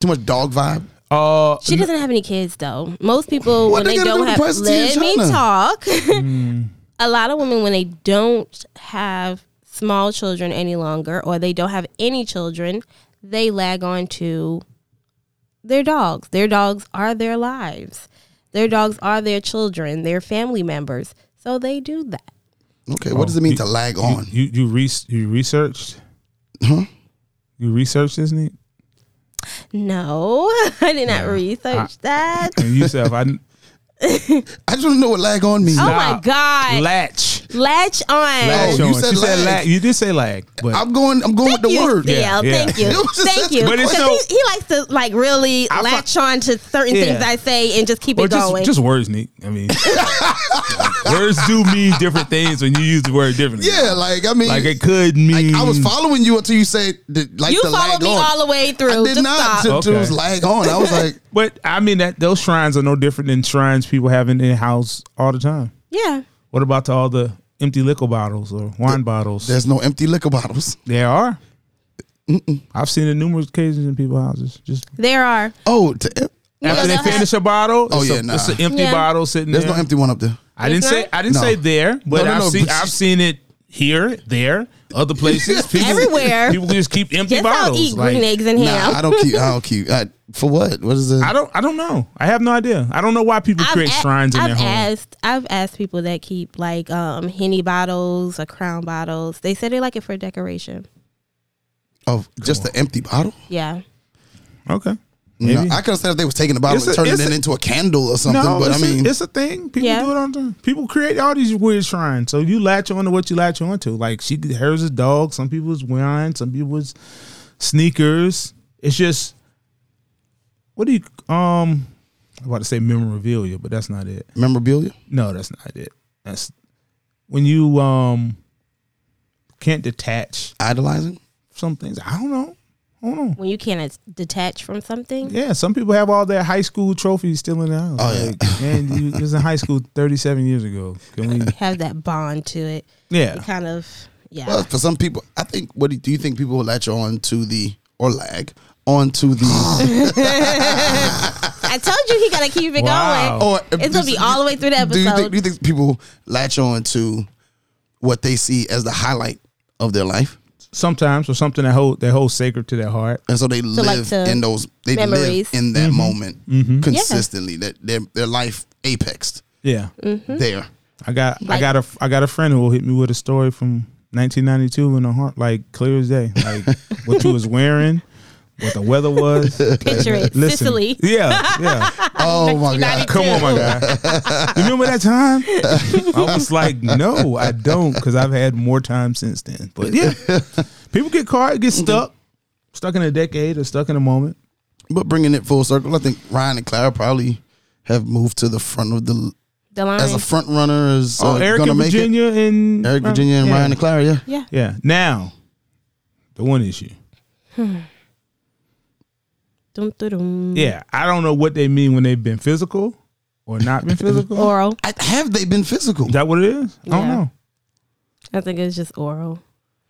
Too much dog vibe?
Uh,
She doesn't have any kids though. Most people
Mm.
when
What they
they
gotta do
don't
with
have let
prostitutes in
me
China?
talk.
Mm.
a lot of women when they don't have small children any longer or they don't have any children, they lag on to their dogs. Their dogs are their lives. Their dogs are their children, their family members. So they do that.
Okay, what does it mean to lag on?
you you re- you researched? Huh? You researched, isn't it?
No, I did not research that.
And you said, if I
I just want to know what lag on means.
Oh
nah,
my God.
latch.
Latch on.
Latch
you
on.
said
she said
lag.
lag. You did say lag, but
I'm going. I'm going with the
you,
word.
Theo.
Yeah, yeah.
Thank you.
It was just
Thank you.
But it's
'Cause
no-
he, he likes to like really
fi-
latch on to certain
Yeah.
things I say and just keep
or
it
just
going.
just words, Nick. I mean, words do mean different things when you use the word differently.
Yeah, like I mean,
like it could mean.
I was following you until you said the, like
you
the lag
followed me
on.
all the way through.
I did
just
not
stop.
until until it was
Okay.
lag on. I was like,
But I mean that those shrines are no different than shrines people have in their house all the time.
yeah.
What about to all the empty liquor bottles or wine bottles?
there's no empty liquor bottles.
There are. I've seen it numerous occasions in people's houses. Just
There are.
Oh, to,
after they
they'll have-
finish a bottle,
Oh,
it's,
yeah,
a,
nah.
it's an empty
Yeah.
bottle sitting
there's
there.
no empty one up there.
I didn't
There's
say I didn't
No.
say there, but
No, no,
I've
no,
seen
but-
I've seen it here, there, other places, people,
Everywhere.
People just keep empty
Yes, I'll
bottles.
eat
Like,
green eggs and ham.
Nah, I don't keep. I don't keep. I, for what? What is it?
I don't I don't know. I have no idea. I don't know why people create
a-
shrines in
I've
their home.
asked I've asked people that keep like um henny bottles or crown bottles. They say they like it for decoration.
Of just the empty bottle.
Yeah.
Okay.
No, I could have said if they was taking the bottle
It's
and
a-
turning it,
it's a-
into a candle or something.
No,
but I
it's,
mean,
a, it's a thing. People
Yeah.
do it all the time. People create all these weird shrines. So you latch on to what you latch on to. Like she hers is dog, some people's wine, some people's sneakers. It's just what do you um I'm about to say memorabilia, but that's not it.
memorabilia.
No, that's not it. That's when you um can't detach
Idolizing.
some things. I don't know.
When you can't as- detach from something.
Yeah, some people have all their high school trophies still in the house.
Oh, yeah.
and you it was in high school thirty seven years ago. Can we
Have that bond to it.
Yeah.
It kind of yeah.
Well, for some people, I think. What do you, do you think people will latch on to the or lag onto the
I told you he gotta keep it
Wow.
going.
or
It's gonna be all the way through the
Do you think,
episode.
do you think people latch on to what they see as the highlight of their life,
sometimes or something that hold that holds sacred to their heart.
and so they
like,
live
to
in those they
memories.
live in that
Mm-hmm.
moment consistently. That their their life apexed
Mm-hmm.
Yeah.
there,
I got I
Like-
got a I got a friend who will hit me with a story from 1992 in the heart, like clear as day, like what you was wearing, what the weather was.
Picture it,
Listen,
Sicily.
Yeah, yeah.
Oh my god.
1992.
Come on, my guy. You remember that time? I was like, no, I don't, because I've had more time since then. But yeah, people get caught, get
Mm-hmm.
stuck, stuck in a decade or stuck in a moment.
But bringing it full circle, I think Ryan and Clara probably have moved to the front of the
The line.
as a front runner is uh,
Oh, Eric
gonna
in
make it.
Virginia and
Eric Virginia and
yeah.
Ryan and Clara, yeah.
yeah.
Yeah. Now, the one issue.
Dum, dum, dum.
Yeah, I don't know what they mean when they've been physical or not been physical.
Oral.
I, have they been physical?
Is that what it is? I don't
Yeah.
know.
I think it's just oral.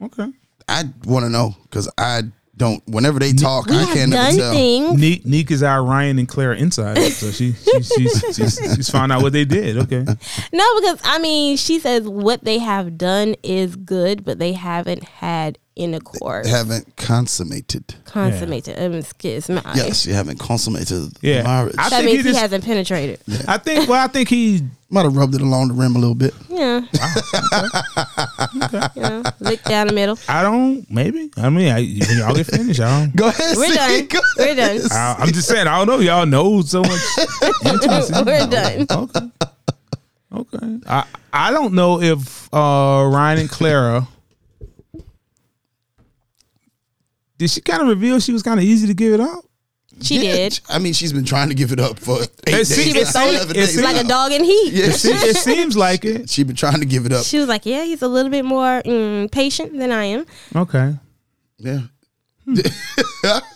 Okay.
I want to know because I don't. Whenever they talk,
We
I
have
can't
done
never tell.
things.
Neek, Neek is our Ryan and Claire inside, so she, she she's, she's she's found out what they did. Okay.
No, because I mean, she says what they have done is good, but they haven't had intercourse.
Haven't consummated.
consummated. Um, excuse me.
Yes, you haven't consummated
Yeah.
the marriage.
I-
I
That
think
means
it
he
is-
hasn't penetrated.
I think. Well, I think he.
might have rubbed it along the rim a little bit.
Yeah. You know, lick down the middle.
I don't. Maybe. I mean, I, when y'all get finished, I don't.
Go ahead.
We're
Sid.
done.
Go
We're done.
ahead.
I, I'm just saying. I don't know. Y'all know so much. intimacy.
We're done.
Okay. Okay. I I don't know if uh Ryan and Clara did she kind of reveal she was kind of easy to give it up?
She
Yeah,
did.
I mean, she's been trying to give it up for eight
see-
days.
She was
so-
11 days
it's
Like a
now.
dog in heat.
Yeah,
It, se- it seems like it.
she's been trying to give it up.
She was like, "Yeah, he's a little bit more mm, patient than I am."
Okay.
Yeah.
What's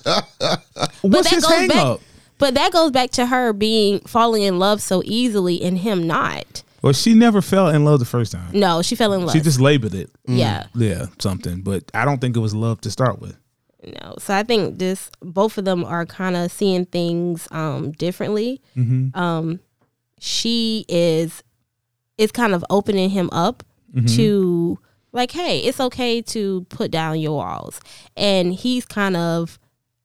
that
his
goes
hang
back-
up?
But that goes back to her being falling in love so easily and him not.
Well, she never fell in love the first time.
No, she fell in love.
She just labored it.
yeah.
Yeah, something. But I don't think it was love to start with.
No. So I think this both of them are kind of seeing things um differently. Um she is is kind of opening him up to like hey, it's okay to put down your walls. And he's kind of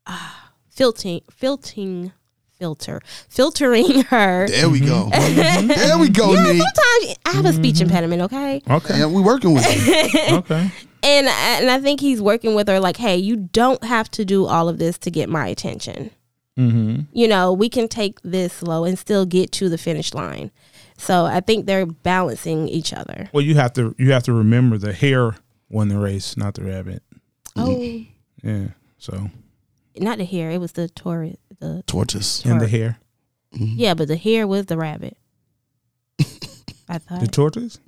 uh, filtering filtering filter filtering her.
There we go. there we go,
Yeah,
Nick.
sometimes I have a speech impediment, okay?
Okay.
Yeah, we working with you.
okay.
And and I think he's working with her like, "Hey, you don't have to do all of this to get my attention."
Mm-hmm.
you know, we can take this slow and still get to the finish line. So I think they're balancing each other.
Well, you have to you have to remember the hare won the race, not the rabbit.
Oh,
Yeah. So
not the hair. It was the tortoise. The
Tortoise.
and the
Tor-
hare,
Mm-hmm.
yeah, but the hair was the rabbit. I thought
the tortoise.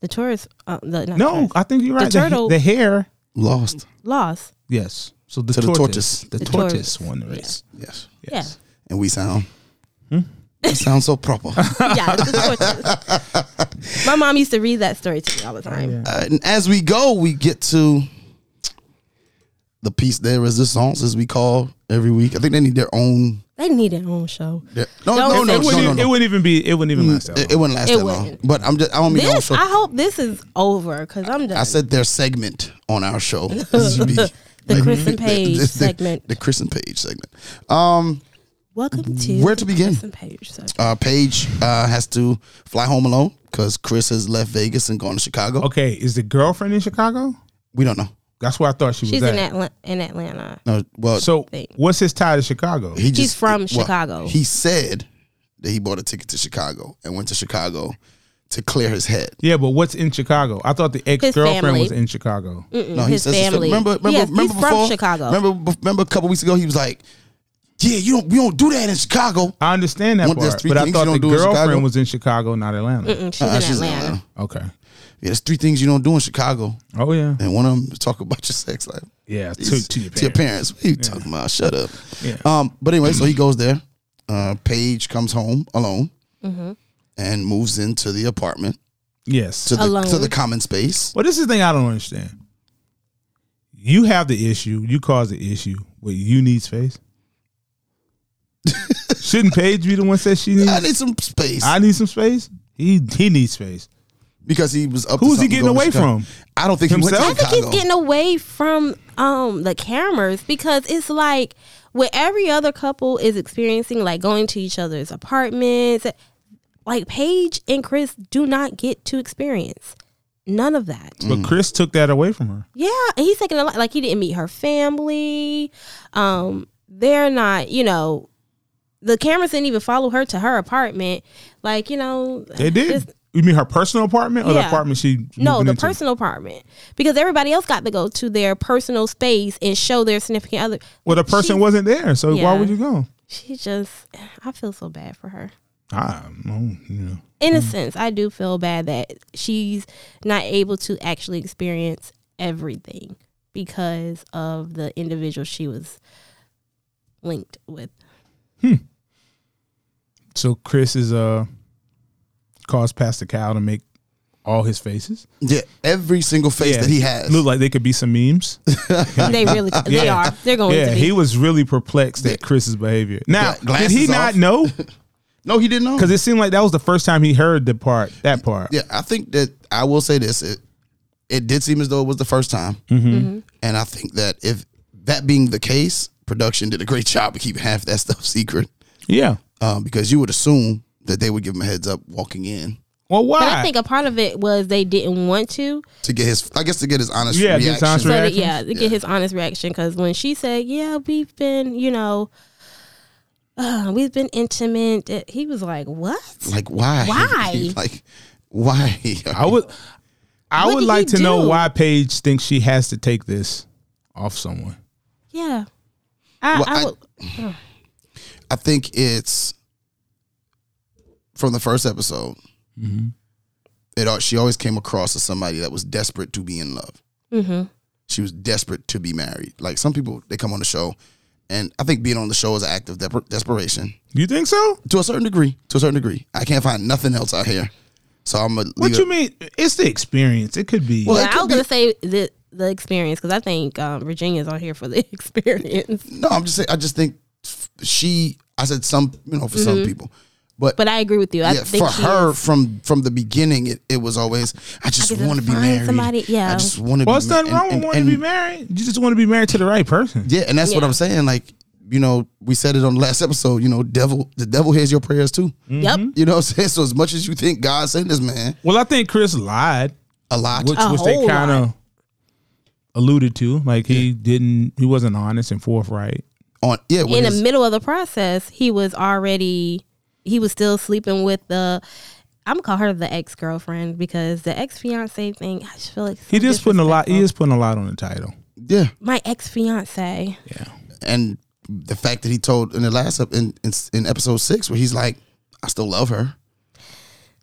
the tortoise. Uh, the, not
No,
tortoise.
I think you're
The
right.
turtle-
the hare.
Lost.
lost.
Yes. So the
To the
tortoise.
tortoise.
The,
The
tortoise
tortoise.
won the race.
Yes.
Yes.
And we sound. We sound so proper. Uh,
Yeah, yeah. The tortoise. My mom used to read that story to me all the time.
Uh, and as we go, we get to the piece de resistance, as we call every week. I think they need their own.
They need their own show.
Their, no,
Don't
no, no,
say
It
no,
wouldn't,
no,
it
no.
wouldn't even be. It wouldn't even last that
It,
long.
it wouldn't last
It
that long.
wouldn't.
But I'm just. I don't mean
This
also.
I hope this is over because I'm done.
I said their segment on our show. This would be the
the Chris and Paige
the-
segment.
The Chris and Paige segment. Um,
Welcome to
Where to begin?
Chris and Paige segment.
uh, Paige uh, has to fly home alone because Chris has left Vegas and gone to Chicago.
Okay. Is the girlfriend in Chicago?
We don't know.
That's where I thought she was
She's
at.
in Atlanta. In Atlanta,
No, well,
So
Thing.
what's his tie to Chicago?
he just,
from Chicago.
He said that he bought a ticket to Chicago and went to Chicago to clear his head.
yeah, but what's in Chicago? I thought the ex girlfriend
family.
was in Chicago.
No,
his
says his fam-
family.
Remember, remember,
Yes,
remember
he's
before,
from Chicago.
Remember, remember a couple weeks ago, he was like, "Yeah, you don't, we don't do that in Chicago."
I understand that
One- there's
part,
three
but I
things
thought
you
the
don't do in Chicago?
girlfriend was in Chicago, not Atlanta.
Mm, she's
Uh,
in
she's in
Atlanta.
Atlanta.
Okay.
Yeah, there's three things you don't do in Chicago,
Oh yeah.
and one of them is talk about your sex life.
Yeah. To, to your
to your
parents.
parents. What are you talking about? Shut up.
Yeah.
Um, but anyway, so he goes there. Uh, Paige comes home alone and moves into the apartment
Yes.
to the
Alone.
to the common space.
Well, this is the thing I don't understand. You have the issue. You caused the issue, but you need space. Shouldn't Paige be the one said she
I
needs?
need some space
I need some space. He he needs space.
because he was up. to
Who's he
something
getting
going to
away
Chicago.
from?
I don't think he
Himself?
I
went to
think he's
Chicago.
getting away from um the cameras because it's like what every other couple is experiencing, like going to each other's apartments. Like Paige and Chris do not get to experience none of that.
Mm.
But Chris took that away from her.
Yeah, and he's taking a lot. Like he didn't meet her family. Um, they're not, you know, the cameras didn't even follow her to her apartment. Like you know,
They did.
it's-
you mean her personal apartment or the
Yeah.
apartment she
no,
moving
the
into?
personal apartment because everybody else got to go to their personal space and show their significant other.
Well, the person
She-
wasn't there, so why
Yeah.
would you go?
She just, I feel so bad for her.
I don't know.
In a sense, I do feel bad that she's not able to actually experience everything because of the individual she was linked with.
So Chris is uh caused Pastor Cal to make all his faces.
Yeah, every single face that he has.
Look like they could be some memes.
They really, they
Yeah.
are. They're going
yeah,
to be.
he was really perplexed at Chris's behavior. Now,
Gla-
did he
glasses
not
off.
know?
no, he didn't know.
Because it seemed like that was the first time he heard the part, that part.
Yeah, I think that I will say this. It it did seem as though it was the first time, mm-hmm. and I think that if that being the case, production did a great job of keeping half that stuff secret
Yeah.
um, because you would assume that they would give him a heads up walking in
Well, why?
but I think a part of it was they didn't want to.
to get his. I guess to get his honest
Yeah, get his
reaction.
honest
So
reaction.
that, yeah, to get his honest reaction. Because when she said, "Yeah, we've been, you know, uh, we've been intimate," uh, he was like, "What?
Like why?
Why?
like why?
I would. I
What
would
did
like
he
to know
do?
why Paige thinks she has to take this off someone.
Yeah." I,
Well,
I
I-
would,
I think it's from the first episode.
Mm-hmm.
It al- she always came across as somebody that was desperate to be in love. She was desperate to be married. Like some people, they come on the show, and I think being on the show is an act of dep- desperation
You think so?
to a certain degree. To a certain degree, I can't find nothing else out here, so I'm a.
What you mean? It's the experience. It could be.
Well,
Yeah,
it
I
could
was
be-
gonna say the the experience because I think um, Virginia's on here for the experience.
No, I'm just saying. I just think f- she. I said some, you know, for some people, but
Mm-hmm. But I agree with you. I
yeah,
think
for
she
her
is-
from from the beginning, it, it was always I just
get to
want to be
find
married.
somebody- yeah.
I just want to.
Well,
be
it's nothing
ma-
wrong with
and-
wanting
and-
to be married. You just want to be married to the right person.
Yeah, and that's what
Yeah.
I'm saying. Like you know, we said it on the last episode. You know, devil, the devil hears your prayers too.
Mm.
Yep.
You know what I'm saying? So as much as you think God sent this man
Well, I think Chris lied,
a lot,
which,
A
which they
whole
kind
lot.
of alluded to. Like he didn't, he wasn't honest and forthright.
on yeah, with
in the
his-
middle of the process, he was already he was still sleeping with the. I'm gonna call her the ex girlfriend because the ex fiance thing. I just feel like
He just putting a lot. He is putting a lot on the title.
yeah,
my ex fiance.
and the fact that he told in the last ep- in in, in episode six where he's like, I still love her.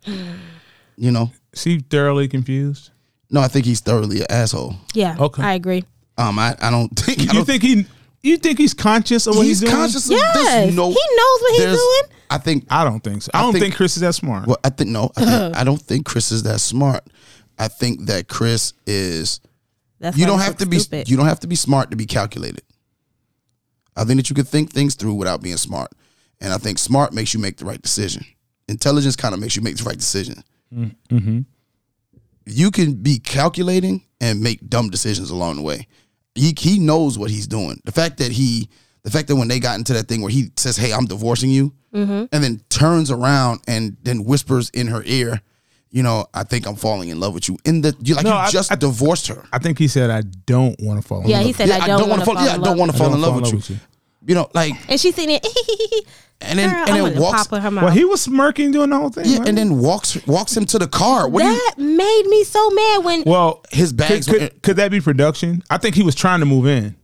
You know,
She thoroughly confused.
no, I think he's thoroughly an asshole.
Yeah,
Okay.
I agree.
Um, I, I don't think I
You
don't
think he? You think he's conscious of what he's,
he's
doing?
conscious of
Yes,
there's no
he knows what he's
there's-
doing.
I think
I don't think so. I,
I
don't think,
think-
Chris is that smart.
well, I think no, I, think, I don't think Chris is that smart. I think that Chris is
That's
you
why
don't
it's
have
so
to be
stupid.
you don't have to be smart to be calculated. I think that you can think things through without being smart, and I think smart makes you make the right decision. Intelligence kind of makes you make the right decision.
Mm-hmm.
You can be calculating and make dumb decisions along the way. He he knows what he's doing. The fact that he the fact that when they got into that thing where he says, "Hey, I'm divorcing you,"
Mm-hmm.
and then turns around and then whispers in her ear, "You know, I think I'm falling in love with you." In the you like
No,
you
I-
just
I-
divorced her.
I think he said, "I don't want to fall." in
Yeah,
love.
he said I don't, want to fall.
Yeah, I don't want
want
to fall in love with you. You know, like
And she's sitting there,
and then
Girl, I
and
wanted
then
to
walks.
pop in her mouth.
Well, he was smirking doing the whole thing.
Yeah,
right?
and then walks walks him to the car. What do you?
that made me so mad when
well,
His
could,
bags. were-
could, could that be production? I think he was trying to move in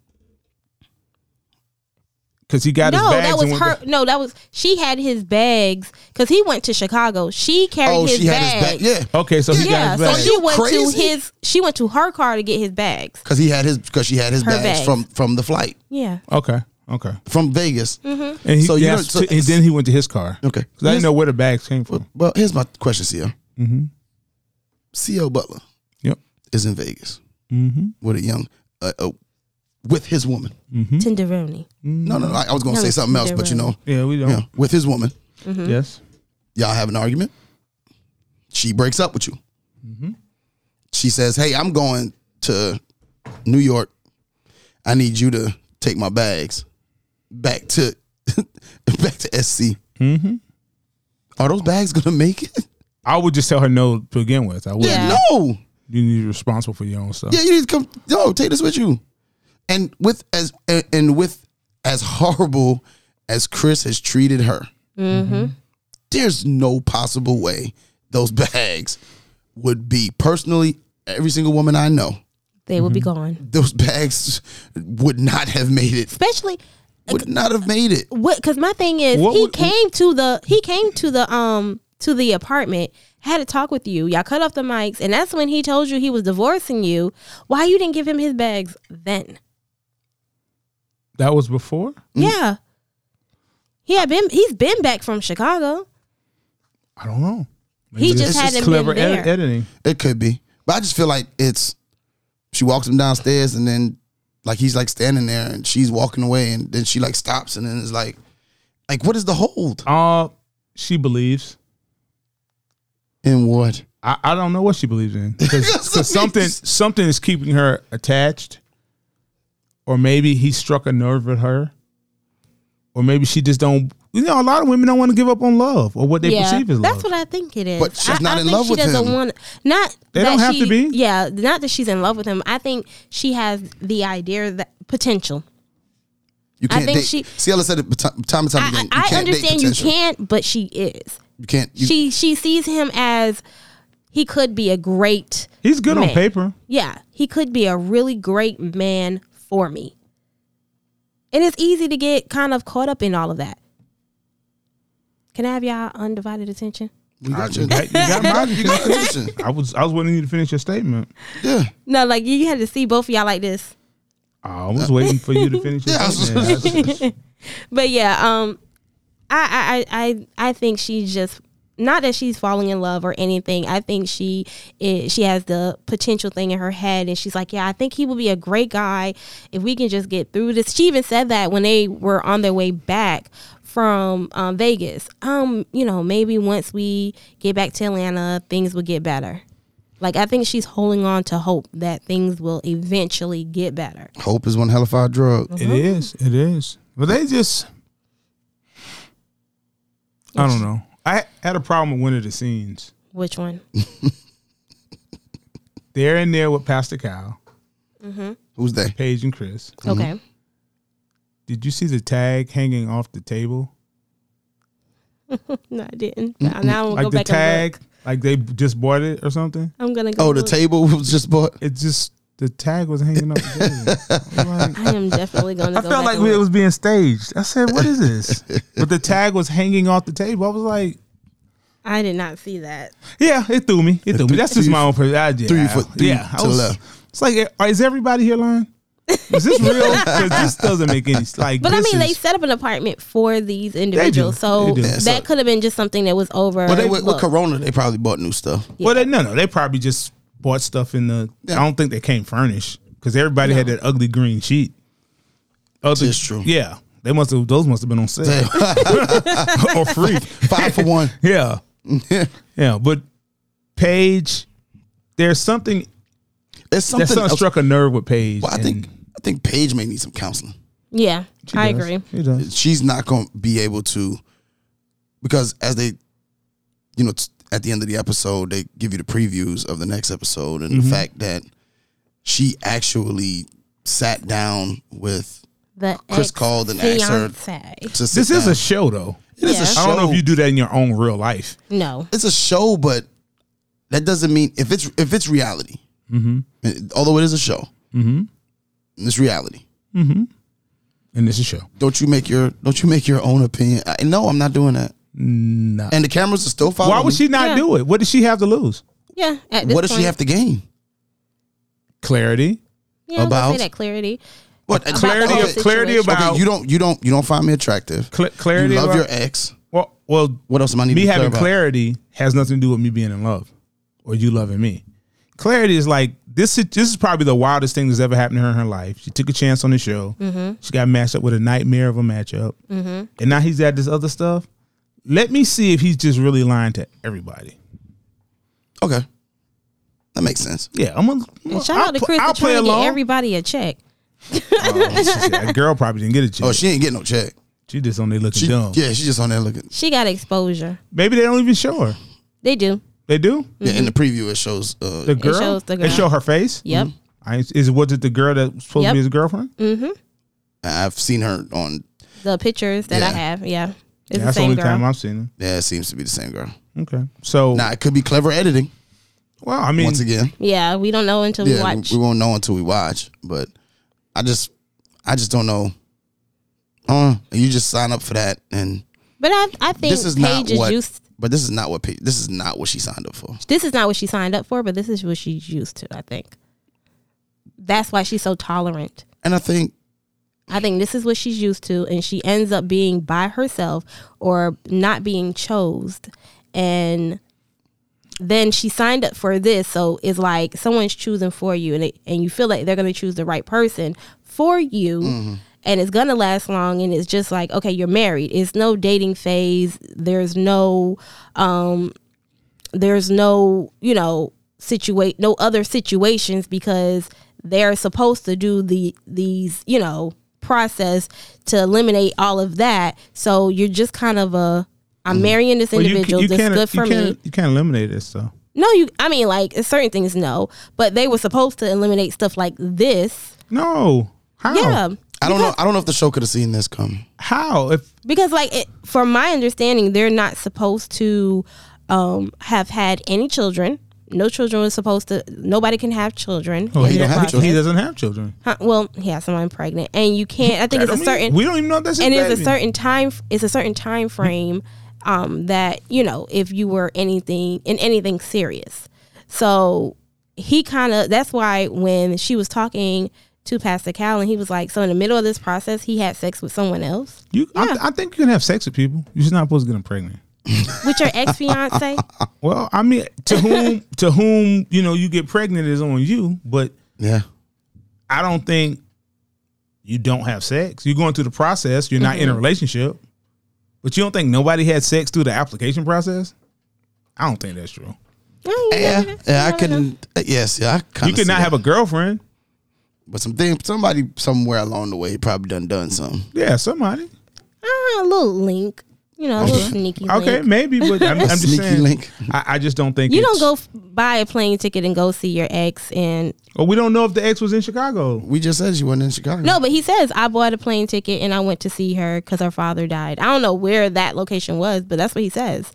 because he got
no,
his bags.
that
and
was
went
her.
back-
No, that was she had his bags because he went to Chicago. She carried
oh,
his
she had
bags.
his bag. Yeah,
Okay, so he
Yeah,
got his
so
bags.
she
You
went to
crazy?
his. She went to her car to get his bags.
because he had his because she had his
Her
bags,
bags.
from from the flight
Yeah,
okay, okay,
from Vegas.
Mm-hmm.
and he,
So you
yeah,
know- so-
and then he went to his car.
Okay.
'Cause I didn't know where the bags came from.
Well, here's my question, CL. Mm-hmm. CL Butler
Yep. Mm-hmm.
is in Vegas with a young, uh, uh, with his woman.
tenderoni.
No, no, no. I, I was going to
No,
say something else,
they're
but you know,
right.
Yeah, we don't. Mm-hmm.
yeah, with his woman,
Yes.
y'all have an argument. She breaks up with you. She says, "Hey, I'm going to New York. I need you to take my bags back to back to SC." Are those bags gonna make it?
I would just tell her no to begin with. I would.
Yeah.
No.
You're responsible for your own stuff.
Yeah, you need to come. Yo, take this with you. And with as and- and with as horrible as Chris has treated her, there's no possible way those bags would be. Personally, every single woman I know,
They will be
Mm-hmm.
gone.
those bags would not have made it.
Especially
Would not have made it.
what because my thing is
What
he
would-
came to the he came to the um to the apartment had a talk with you y'all cut off the mics and that's when he told you he was divorcing you why you didn't give him his bags then
That was before.
yeah he had been he's been back from chicago
I don't know.
He just
it's
hadn't
clever
been
ed-
there.
editing.
It could be, but I just feel like it's. She walks him downstairs, and then like he's like standing there, and she's walking away, and then she like stops, and then is like, like what is the hold?
Uh, she believes.
In what?
I, I don't know what she believes in because something something is keeping her attached, or maybe he struck a nerve with her, or maybe she just don't. You know, a lot of women don't want to give up on love or what they perceive as love.
that's what I think it is.
But she's
I-
not
I
in
think
love
she
with
doesn't
him.
Want, not
They
that
don't have to
she-
be.
Yeah, not that she's in love with him. I think she has the idea that potential.
You
I
can't
think
date.
she-
Ciela said it t- time and time again.
I,
You
I, I
can't
understand
date
you
potential.
can't, but she is.
You can't. You,
she she sees him as he could be a great
He's good on
Man.
paper.
yeah he could be a really great man for me and it's easy to get kind of caught up in all of that can i have y'all undivided attention
we got
You
your,
got- you got my
you
attention.
got your attention.
I was I was waiting for you to finish your statement.
Yeah.
no like you had to see both of y'all like this
I was waiting for you to finish your
Yeah, I was-
statement.
but yeah um i i i, I I think she just not that she's falling in love or anything. I think she is, she has the potential thing in her head, and she's like, "Yeah, I think he will be a great guy if we can just get through this." She even said that when they were on their way back from um, Vegas. Um, you know, maybe once we get back to Atlanta, things will get better. Like I think she's holding on to hope that things will eventually get better.
Hope is one hell of a drug.
It is. It is. But they just. I don't know. I had a problem with one of the scenes.
Which one?
They're in there with Pastor Kyle,
Who's they?
Paige, and Chris.
Okay.
Did you see the tag hanging off the table?
No, I didn't. Now, now I'm gonna
Like
go
the
back
tag, like they just bought it or something.
and look. I'm gonna go.
Oh, the
look.
table was just bought.
It just the tag was hanging off the table. I'm like-
I am definitely gonna.
I
go back
felt like
and
it
look.
was being staged. I said, "What is this?" but the tag was hanging off the table. I was like,
I did not see that.
Yeah, it threw me. It threw me. That's just my own personal idea.
threw you for- threw you
yeah, I
to
was-
left.
It's like, are- is everybody here lying? Is this real? 'Cause this doesn't make any like.
But I
this
mean, they
is-
set up an apartment for these individuals, so
They do.
that
so-
could have been just something that was over.
Well, they with, with Corona, they probably bought new stuff.
well, they, no, no, they probably just bought stuff in the. I don't think they came furnished because everybody had that ugly green sheet. Ugly,
That's true.
Yeah, they must have. Those must have been on sale or free.
Five for one.
Yeah, yeah. But Paige, there's something
There's
that
something.
something
else.
struck a nerve with Paige.
Well, I
and
think I think Paige may need some counseling.
yeah,
she
I
does.
agree.
She does.
she's not going to be able to because as they you know t- at the end of the episode they give you the previews of the next episode and the fact that she actually sat down with
The
Chris called and asked her-
ex-fiancé.
to sit
This is
down.
a show, though.
It is a
Yeah.
I don't know if
show.
you do that in your own real life.
No,
it's a show but that doesn't mean if it's if it's reality mm-hmm. although it is a show mm-hmm. it's reality
And this is a show.
don't you make your don't you make your own opinion I, no i'm not doing that
Nah.
and the cameras are still following
Why would
me.
she not
Yeah.
do it? What does she have to lose?
yeah. At this
what does she
point-
have to gain
Clarity.
yeah, I'm gonna
about?
say that clarity.
what
Clarity
whole
of clarity
situation.
about
Okay, you don't you don't you don't find me attractive.
cl- clarity
you love
about
your ex.
well, well
What else am I need
me
to be clear
having
about?
clarity has nothing to do with me being in love or you loving me. Clarity is like this is this is probably the wildest thing that's ever happened to her in her life. She took a chance on the show.
Mm-hmm.
She got matched up with a nightmare of a matchup. And now he's at this other stuff. Let me see if he's just really lying to everybody.
Okay, that makes sense.
Yeah, I'm gonna
And shout out to Chris for trying to get everybody a check.
Oh, she said, that girl probably didn't get a check.
Oh, she ain't getting no check.
She just on there looking
She,
dumb.
yeah, she's just on there looking.
She got exposure.
Maybe they don't even show her.
They do.
They do.
Yeah,
Mm-hmm.
in the preview, it shows. Uh,
The girl.
shows the girl.
They show her face.
Yep.
Mm.
I, is was it the girl that was supposed
Yep.
to be his girlfriend?
I've seen her on.
The pictures that I
Yeah.
have. Yeah. It's the
That's the
same
only
girl.
time I've seen
Yeah, it seems to be the same girl.
her. Okay. So
Now it could be clever editing
well, I mean,
once again.
yeah. We don't know until we
Yeah, we,
watch.
we won't know until we watch. But I just, I just don't know. Uh, you just sign up for that, and
but I, I think
this is not
Paige is
what.
used.
But this is not what. Paige, this is not what she signed up for.
This is not what she signed up for, but this is what she's used to. I think. That's why she's so tolerant.
And I think
I think this is what she's used to, and she ends up being by herself or not being chose. And then she signed up for this, so it's like someone's choosing for you, and it, and you feel like they're gonna choose the right person for you,
Mm-hmm.
and it's gonna last long. And it's just like okay, you're married. It's no dating phase. There's no, um, there's no you know situate no other situations because they're supposed to do the these you know process to eliminate all of that. So you're just kind of a I'm marrying this
Mm-hmm. well, you,
individual.
you
that's
can't
good for
you
me.
can't you can't eliminate this though.
No, you. I mean, like certain things, no. But they were supposed to eliminate stuff like this.
No. How?
Yeah,
Oh. I don't know. I don't know if the show could have seen this come.
How? If
because like it, from my understanding, they're not supposed to um, have had any children. No children was supposed to. Nobody can have children.
oh,
in
he,
the
don't have
process.
children. he doesn't have children.
Huh, well, yeah, someone pregnant, and you can't. I think
I
it's a
don't even-
certain.
we don't even know if that's his
and it's
baby.
a certain time it's a certain time frame um that you know if you were anything in anything serious so he kind of that's why when she was talking to pastor cal and he was like so in the middle of this process he had sex with someone else
You, I, I think you can have sex with people. You're just not supposed to get them pregnant.
with your Mm, ex-fiance
Well, I mean, to whom to whom you know you get pregnant is on you, but
Yeah.
I don't think you don't have sex. You're going through the process. You're not in a relationship, but you don't think nobody had sex through the application process. I don't think that's true.
Yeah. Yeah. I can. Yes. Yeah. I kind
you could not have a girlfriend.
But some thing, somebody somewhere along the way probably done done something.
Yeah, somebody.
Ah, a little link you know a little sneaky link.
Okay, maybe, but I'm, I'm just
Sneaky
saying.
link.
I, I just don't think
you
it's-
don't go f- buy a plane ticket and go see your ex and
Well, we don't know if the ex was in Chicago.
We just said she wasn't in Chicago.
No, but he says I bought a plane ticket and I went to see her because her father died. I don't know where that location was, but that's what he says.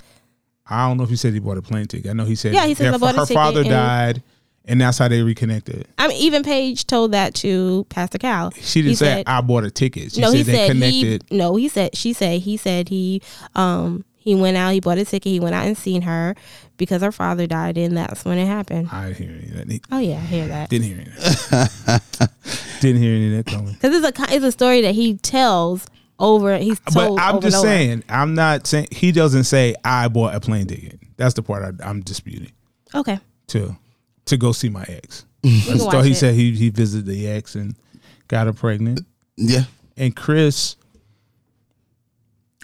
I don't know if he said he bought a plane ticket. I know he said
Yeah, he says,
their-
"I bought a
her
ticket
father
and-"
died, and that's how they reconnected.
I mean, even Paige told that to Pastor Cal.
She didn't
He
say
said-
I bought a ticket. She
no,
said
he
they
said
connected.
he. No, he said she said he said he um he went out. He bought a ticket. He went out and seen her because her father died, and that's when it happened.
I didn't hear any of that. He
Oh yeah, I hear that.
Didn't hear any of that. didn't hear any of that coming.
Because it's a co- it's a story that he tells over. He's
But
told
I'm
over
just
and over.
saying, I'm not saying he doesn't say I bought a plane ticket. That's the part I, I'm disputing
Okay.
to to go see my ex. That's
can
the-
watch
he
it.
said he he visited the ex and got her pregnant.
Yeah.
and Chris.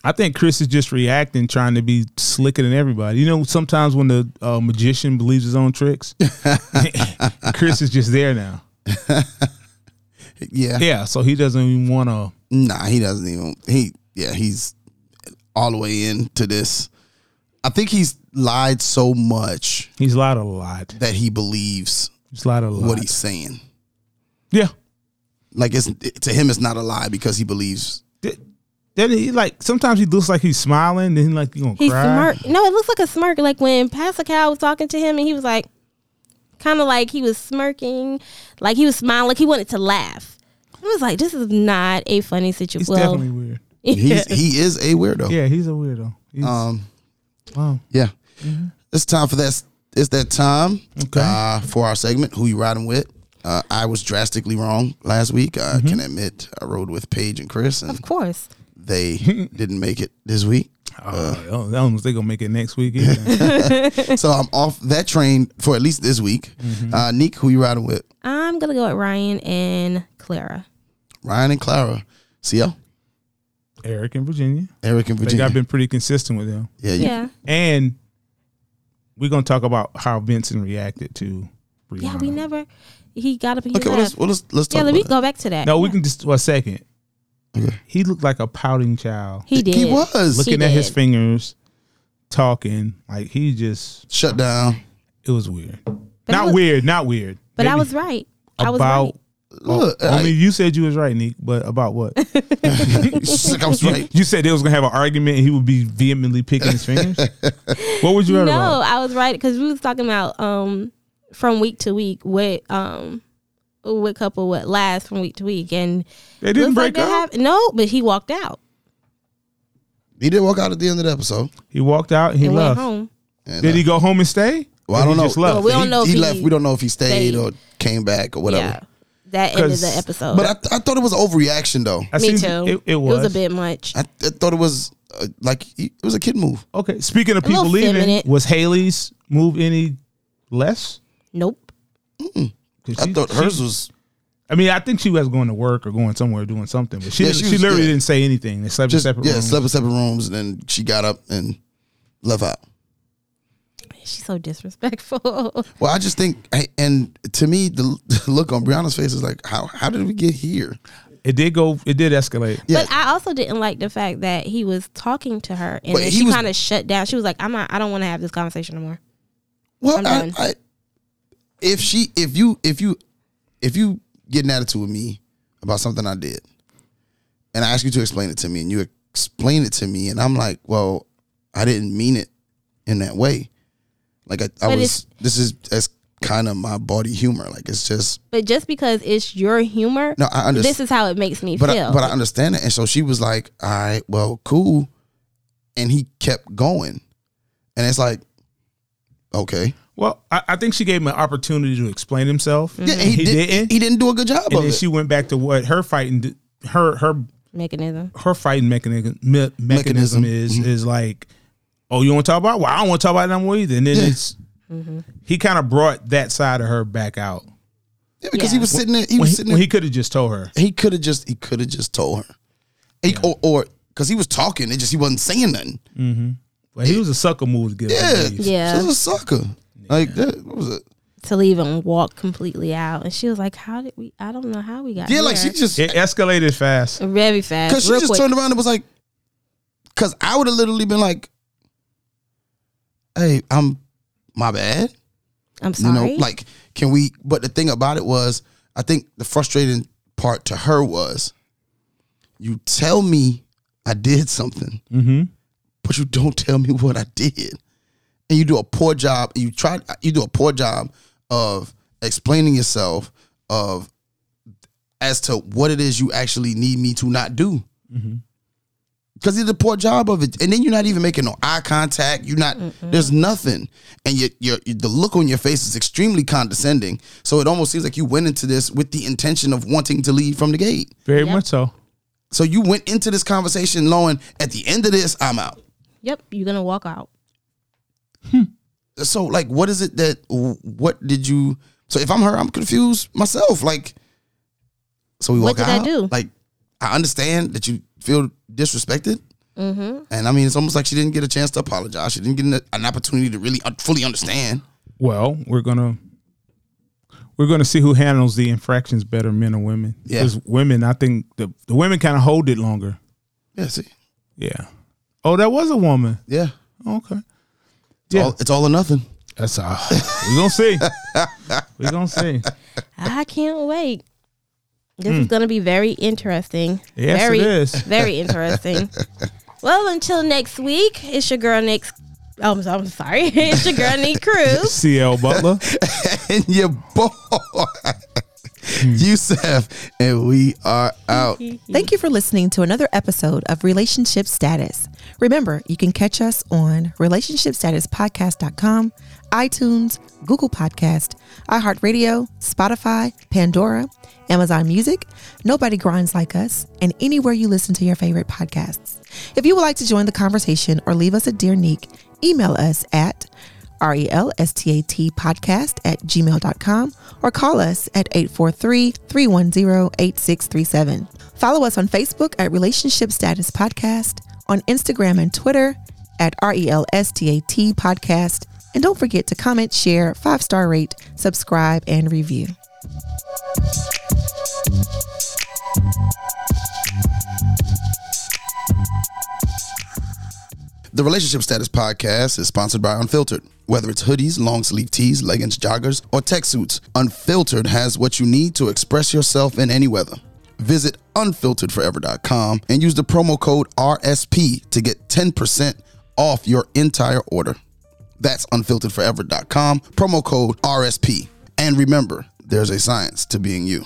I think Chris is just reacting, trying to be slicker than everybody. You know, sometimes when the uh, magician believes his own tricks, Chris is just there now.
Yeah.
Yeah, so he doesn't even want to.
Nah, he doesn't even. He yeah, he's all the way into this. I think he's lied so much
He's lied a lot.
that he believes
He's lied a lot.
what he's saying.
yeah.
Like it's it- to him, it's not a lie because he believes.
Th- Then he like sometimes he looks like he's smiling, then like you gonna
He's
cry.
smirk. No, it looks like a smirk. Like when Pascal was talking to him, and he was like, kind of like he was smirking, like he was smiling, like he wanted to laugh. I was like, this is not a funny
He's
situation. Well,
definitely weird.
He's he is a weirdo.
Yeah, he's a weirdo. He's,
Um.
wow.
Yeah. It's time for that. It's that time
Mm-hmm. Okay.
uh, for our segment. Who you riding with? Uh, I was drastically wrong last week. I
Mm-hmm.
can admit I rode with Paige and Chris, and
of course.
they didn't make it this week.
Oh, I don't know if they're gonna make it next week. Either.
so I'm off that train for at least this week.
Mm-hmm.
Uh, Neek, who you riding with?
I'm gonna go with Ryan and Clara.
Ryan and Clara, CL,
Eric in Virginia.
Eric and
I think
Virginia.
I've been pretty consistent with them.
yeah, you-
Yeah,
And we're gonna talk about how Vincent reacted to Brianna.
yeah. We never. He got up and he
Okay, well,
left.
let's, well, let's let's
yeah,
talk
let me
about it.
go back to that.
No, we
Yeah.
can just well, a second. He looked like a pouting child,
He did.
He was.
looking at his
did.
fingers, talking like he just.
Shut down.
It was weird.
But I
not
was-
weird. Not weird.
But I
Maybe
was right. I was
about.
right.
Look,
oh,
I-
only you said you was right, Nick. But about what?
It's like I was
You,
right.
you said they was gonna have an argument, and he would be vehemently picking his fingers. what would you rather?
No, I was right because we was talking about um from week to week what um what couple would last from week to week and
They
looks
didn't break
like that
up.
hap- no, but he walked out.
He did walk out at the end of the episode.
he walked out. And he
and
left.
went home.
And,
Did
uh,
he go home and stay?
Well,
Or
I
he
don't know.
Just left.
Well, we don't know if
he,
he
left. We don't know if he stayed,
stayed.
or came back or whatever.
Yeah, that ended
'Cause-
the episode.
But I, I thought it was overreaction though.
I
Me
seen-
too.
It, it was.
a bit much.
I, I thought it was uh, like he, it was a kid move.
Okay. Speaking of
A little
people leaving,
feminine.
was Haley's move any less?
Nope.
'Cause
I
she-
thought
she-
hers was.
I mean, I think she was going to work or going somewhere doing something, but she
Yeah,
didn't-
she
she,
was-
literally
yeah.
didn't say anything. They slept in
Just,
separate
yeah,
rooms.
slept in separate rooms, and then she got up and left out.
She's so disrespectful.
Well, I just think, I- and to me, the, the look on Brianna's face is like, how how did we get here?
It did go. It did escalate.
Yeah.
But I also didn't like the fact that he was talking to her and
But
then
he
she
was-
kind of shut down. She was like, "I'm not. I don't want to have this conversation anymore." I'm
Well, I,
done.
I, if she, if you, if you, if you get an attitude with me about something I did, and I ask you to explain it to me, and you explain it to me, and I'm like, well, I didn't mean it in that way. Like I, I
But
was.
it's-
This is that's kind of my body humor. Like it's just
But just because it's your humor,
no. I understand.
this is how it makes me
but
feel.
I, but I understand it. And so she was like, "All right, well, cool," and he kept going, and it's like, okay,
Well, I, I think she gave him an opportunity to explain himself.
yeah, he,
Mm-hmm. He
did,
didn't?
He didn't do a good job
and
of
then
it.
she went back to what her fighting, d- her her
Mechanism.
her fighting mechanism me, mechanism,
Mechanism. Mm-hmm.
is is like, oh, you want to talk about? it? Well, I don't want to talk about it no more either. And then
Yeah.
it's he kind of brought that side of her back out
yeah, because he
yeah.
was sitting there. He
when
was
he,
sitting
when
there.
he could have just told her.
He, could have just. He could have just told her, He- or or because he was talking. It just he wasn't saying nothing.
But he was a sucker move to get
Yeah,
her. leave.
Yeah.
She was a sucker. Like that what was it?
to leave and walk completely out. And she was like, "How did we? I don't know how we got."
Yeah, like she
here."
just
It escalated fast.
very fast.
Because she
real
just
quick.
turned around and was like, because I would have literally been like, hey, I'm my bad.
I'm sorry.
You know, like, can we? But the thing about it was, I think the frustrating part to her was, you tell me I did something,
Mhm.
but you don't tell me what I did, and you do a poor job. You try, you do a poor job of explaining yourself of as to what it is you actually need me to not do. Cause he did a poor job of it, and then you're not even making no eye contact. You're not. There's nothing, and your your the look on your face is extremely condescending. So it almost seems like you went into this with the intention of wanting to leave from the gate.
Very
Yep.
much so.
So you went into this conversation knowing at the end of this, I'm out.
yep, you're gonna walk out.
So like, what is it that? What did you? So if I'm her, I'm confused myself. Like, so we
What
walk
did I
out.
do?
Like, I understand that you feel disrespected.
Mm-hmm.
And I mean, it's almost like she didn't get a chance to apologize. She didn't get an, an opportunity to really uh, fully understand.
Well, we're gonna we're gonna see who handles the infractions better, men or women.
Yeah.
women, I think the the women kind of hold it longer.
Yeah, see,
Yeah. Oh, that was a woman.
yeah,
Okay.
it's, all, it's all or nothing.
That's all. We're gonna see. We're gonna see.
I can't wait. This is gonna be very interesting.
Hmm. Yes,
very,
it is.
Very interesting. well, until next week, it's your girl Nick. Oh, I'm, I'm sorry. It's your girl Nick Cruz.
CL Butler.
and your boy Yusef, and we are out.
Thank you for listening to another episode of Relationship Status. Remember, you can catch us on relationshipstatuspodcast.com, iTunes, Google Podcast, iHeartRadio, Spotify, Pandora, Amazon Music, Nobody Grinds Like Us, and anywhere you listen to your favorite podcasts. If you would like to join the conversation or leave us a dear nick, email us at R E L S T A T podcast at gmail.com or call us at 843 310 8637. Follow us on Facebook at Relationship Status Podcast, on Instagram and Twitter at R E L S T A T podcast. And don't forget to comment, share, five star rate, subscribe, and review.
The Relationship Status Podcast is sponsored by Unfiltered. Whether it's hoodies, long sleeve tees, leggings, joggers, or tech suits, Unfiltered has what you need to express yourself in any weather. Visit unfilteredforever.com and use the promo code RSP to get 10% off your entire order. That's unfilteredforever.com, promo code RSP. And remember, there's a science to being you.